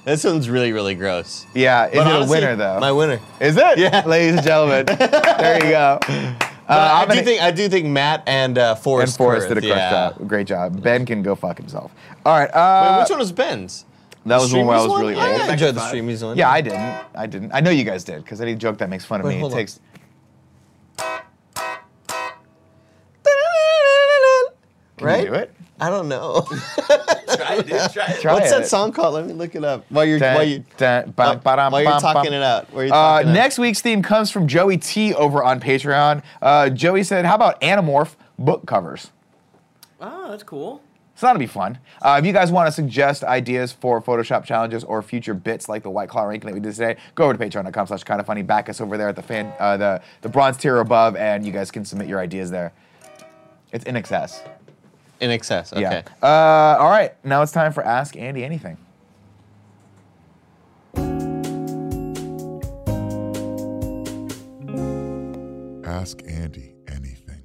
B: this one's really really gross.
A: Yeah, is
B: But
A: it
B: honestly,
A: a winner though?
B: My winner.
A: is it?
B: Yeah.
A: ladies and gentlemen, there you go. Uh,
B: But I
A: I'm
B: do
A: gonna-
B: think I do think Matt and uh, Forrest
A: and Forrest
B: Kurth,
A: did a great
B: yeah.
A: job. Great job. Ben can go fuck himself. All right.
B: Wait,
A: Uh,
B: which one was Ben's?
A: That was the one where I
B: Streamies
A: was really
B: one? I
A: old.
B: enjoyed the streamies one.
A: Yeah, I didn't. I didn't. I know you guys did because any joke that makes fun of
B: Wait,
A: me it
B: hold on.
A: takes. Can
B: right?
A: you do it?
B: I don't know.
G: Try it, dude. Try it.
A: Try
B: What's
A: it.
B: that song called? Let me look it up. While you're
A: Dun,
B: while you
A: dun, bum, ba-dum,
B: while you're
A: bum, bum.
B: talking it out. While you're
A: Uh,
B: talking it out.
A: next week's theme comes from Joey T over on Patreon. Uh, Joey said, "How about Animorph book covers?"
H: Oh, that's cool.
A: So that'll be fun. Uh, if you guys want to suggest ideas for Photoshop challenges or future bits like the White Claw ranking that we did today, go over to patreon.com slash kind of funny. Back us over there at the fan, uh, the, the bronze tier above, and you guys can submit your ideas there. It's in excess.
B: in excess. Okay.
A: Yeah. Uh, all right. Now it's time for Ask Andy Anything.
I: Ask Andy anything.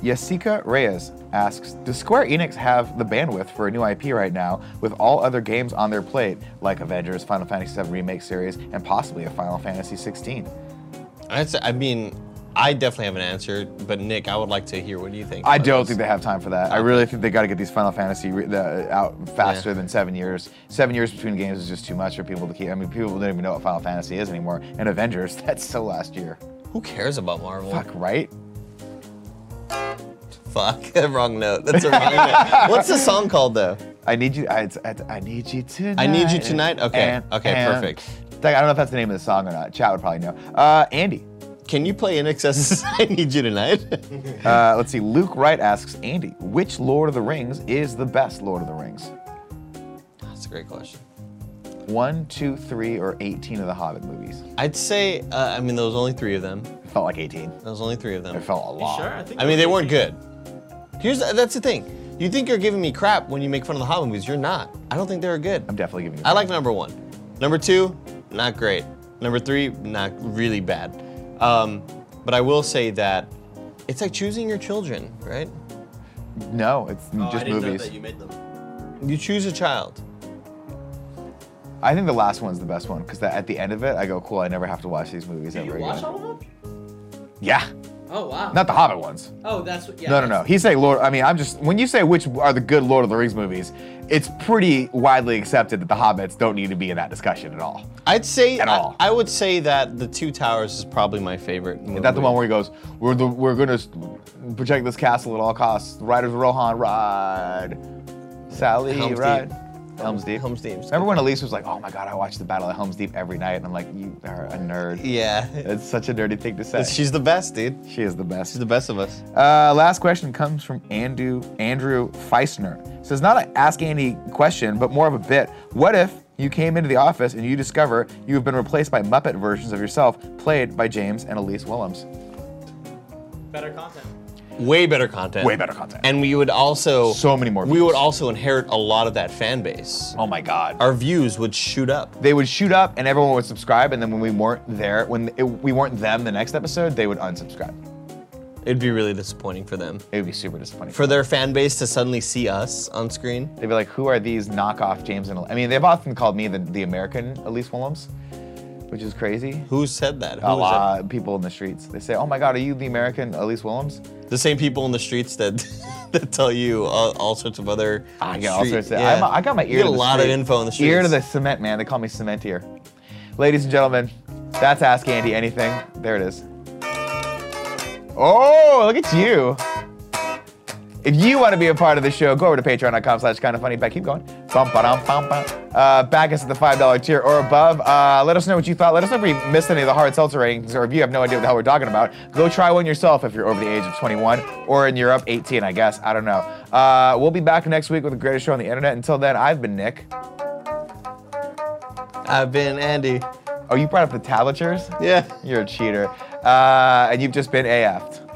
A: Yasika Reyes asks, does Square Enix have the bandwidth for a new IP right now with all other games on their plate, like Avengers, Final Fantasy VII Remake series, and possibly a Final Fantasy 16?
B: I'd say- I mean, I definitely have an answer, but Nick, I would like to hear what you think.
A: I
B: about
A: don't
B: this.
A: think they have time for that. I really think they got to get these Final Fantasy re- the, uh, out faster
B: Yeah.
A: than seven years. Seven years between games is just too much for people to keep. I mean, people don't even know what Final Fantasy is anymore. And Avengers, that's so last year.
B: Who cares about Marvel?
A: Fuck, right?
B: Fuck. Wrong note. That's a wrong note. What's the song called though?
A: I need you. I, it's- I, I need you tonight.
B: I Need You Tonight? Okay. Okay, perfect.
A: Like, I don't know if that's the name of the song or not. Chat would probably know. Uh, Andy.
B: Can you play NXS's I Need You Tonight?
A: Uh, let's see. Luke Wright asks Andy, which Lord of the Rings is the best Lord of the Rings?
B: That's a great question.
A: One, two, three, or 18 of the Hobbit movies?
B: I'd say, uh, I mean, there was only three of them.
A: It felt like 18.
B: There was only three of them.
A: It felt a lot.
C: Sure, I think.
B: I mean, they weren't good. Here's that's the thing. You think you're giving me crap when you make fun of the Hobbit movies. You're not. I don't think they were good.
A: I'm definitely giving you
B: I like number one. Number two, not great. Number three, not really bad. Um, but I will say that it's like choosing your children, right?
A: No, it's
D: Oh, I
A: just
D: didn't know
A: movies.
D: that you made them.
B: You choose a child.
A: I think the last one's the best one because at the end of it, I go, "Cool, I never have to watch these movies
H: Did
A: ever
H: you watch
A: again."
H: all of them?
A: yeah,
H: Oh wow.
A: not the Hobbit ones.
H: oh, that's what. Yeah,
A: no, no, no.
H: that's-
A: He's saying Lord. I mean, I'm just when you say which are the good Lord of the Rings movies, it's pretty widely accepted that the Hobbits don't need to be in that discussion at all.
B: I'd say
A: At all.
B: I, I would say that the Two Towers is probably my favorite. Movie.
A: Is that the one where he goes, "We're the, we're gonna s- protect this castle at all costs"? Riders of Rohan, ride. Sally,
B: Helm's
A: ride.
B: Deep.
A: Helm's Deep.
B: Helm's Deep.
A: Remember when Elise was like, "Oh my God, I watch the Battle at Helm's Deep every night," and I'm like, "You are a nerd."
B: Yeah,
A: It's such a nerdy thing to say.
B: she's the best, dude.
A: She is the best.
B: She's the best of us.
A: Uh, last question comes from Andrew Andrew Feisner. Says not an ask Andy question, but more of a bit. What if you came into the office and you discover you have been replaced by Muppet versions of yourself, played by James and Elise Willems?
H: Better content.
B: Way better content.
A: Way better content.
B: And we would also
A: So many more
B: We
A: views.
B: would also inherit a lot of that fan base.
A: oh my God.
B: Our views would shoot up.
A: They would shoot up and everyone would subscribe, and then when we weren't there, when it, we weren't them the next episode, they would unsubscribe.
B: It'd be really disappointing for them.
A: It would be super disappointing.
B: For their fan base to suddenly see us on screen.
A: They'd be like, who are these knockoff James and Elise? I mean, they've often called me the, the American Elise Willems, which is crazy.
B: Who said that? Who
A: a
B: was
A: lot of people in the streets. They say, "Oh my God, are you the American Elise Willems?"
B: it? The same people in the streets that that tell you all, all sorts of other.
A: I get all
B: street-
A: sorts of.
B: yeah.
A: I'm, I got my ear.
B: You get
A: to
B: a
A: the
B: lot
A: street.
B: of info in the streets.
A: Ear to the cement, man. They call me cement ear. Ladies and gentlemen, that's Ask Andy Anything. There it is. Oh, look at you. If you want to be a part of the show, go over to patreon.com slash kind of funny. Back, keep going. Bum, ba-dum, bum, bum. Uh, back us at the $5 tier or above. Uh, let us know what you thought. Let us know if we missed any of the hard seltzer ratings or if you have no idea what the hell we're talking about. Go try one yourself if you're over the age of 21 or in Europe, 18, I guess. I don't know. Uh, we'll be back next week with the greatest show on the internet. Until then, I've been Nick.
B: I've been Andy.
A: Oh, you brought up the tablatures?
B: Yeah.
A: You're a cheater. Uh, and you've just been AF'd.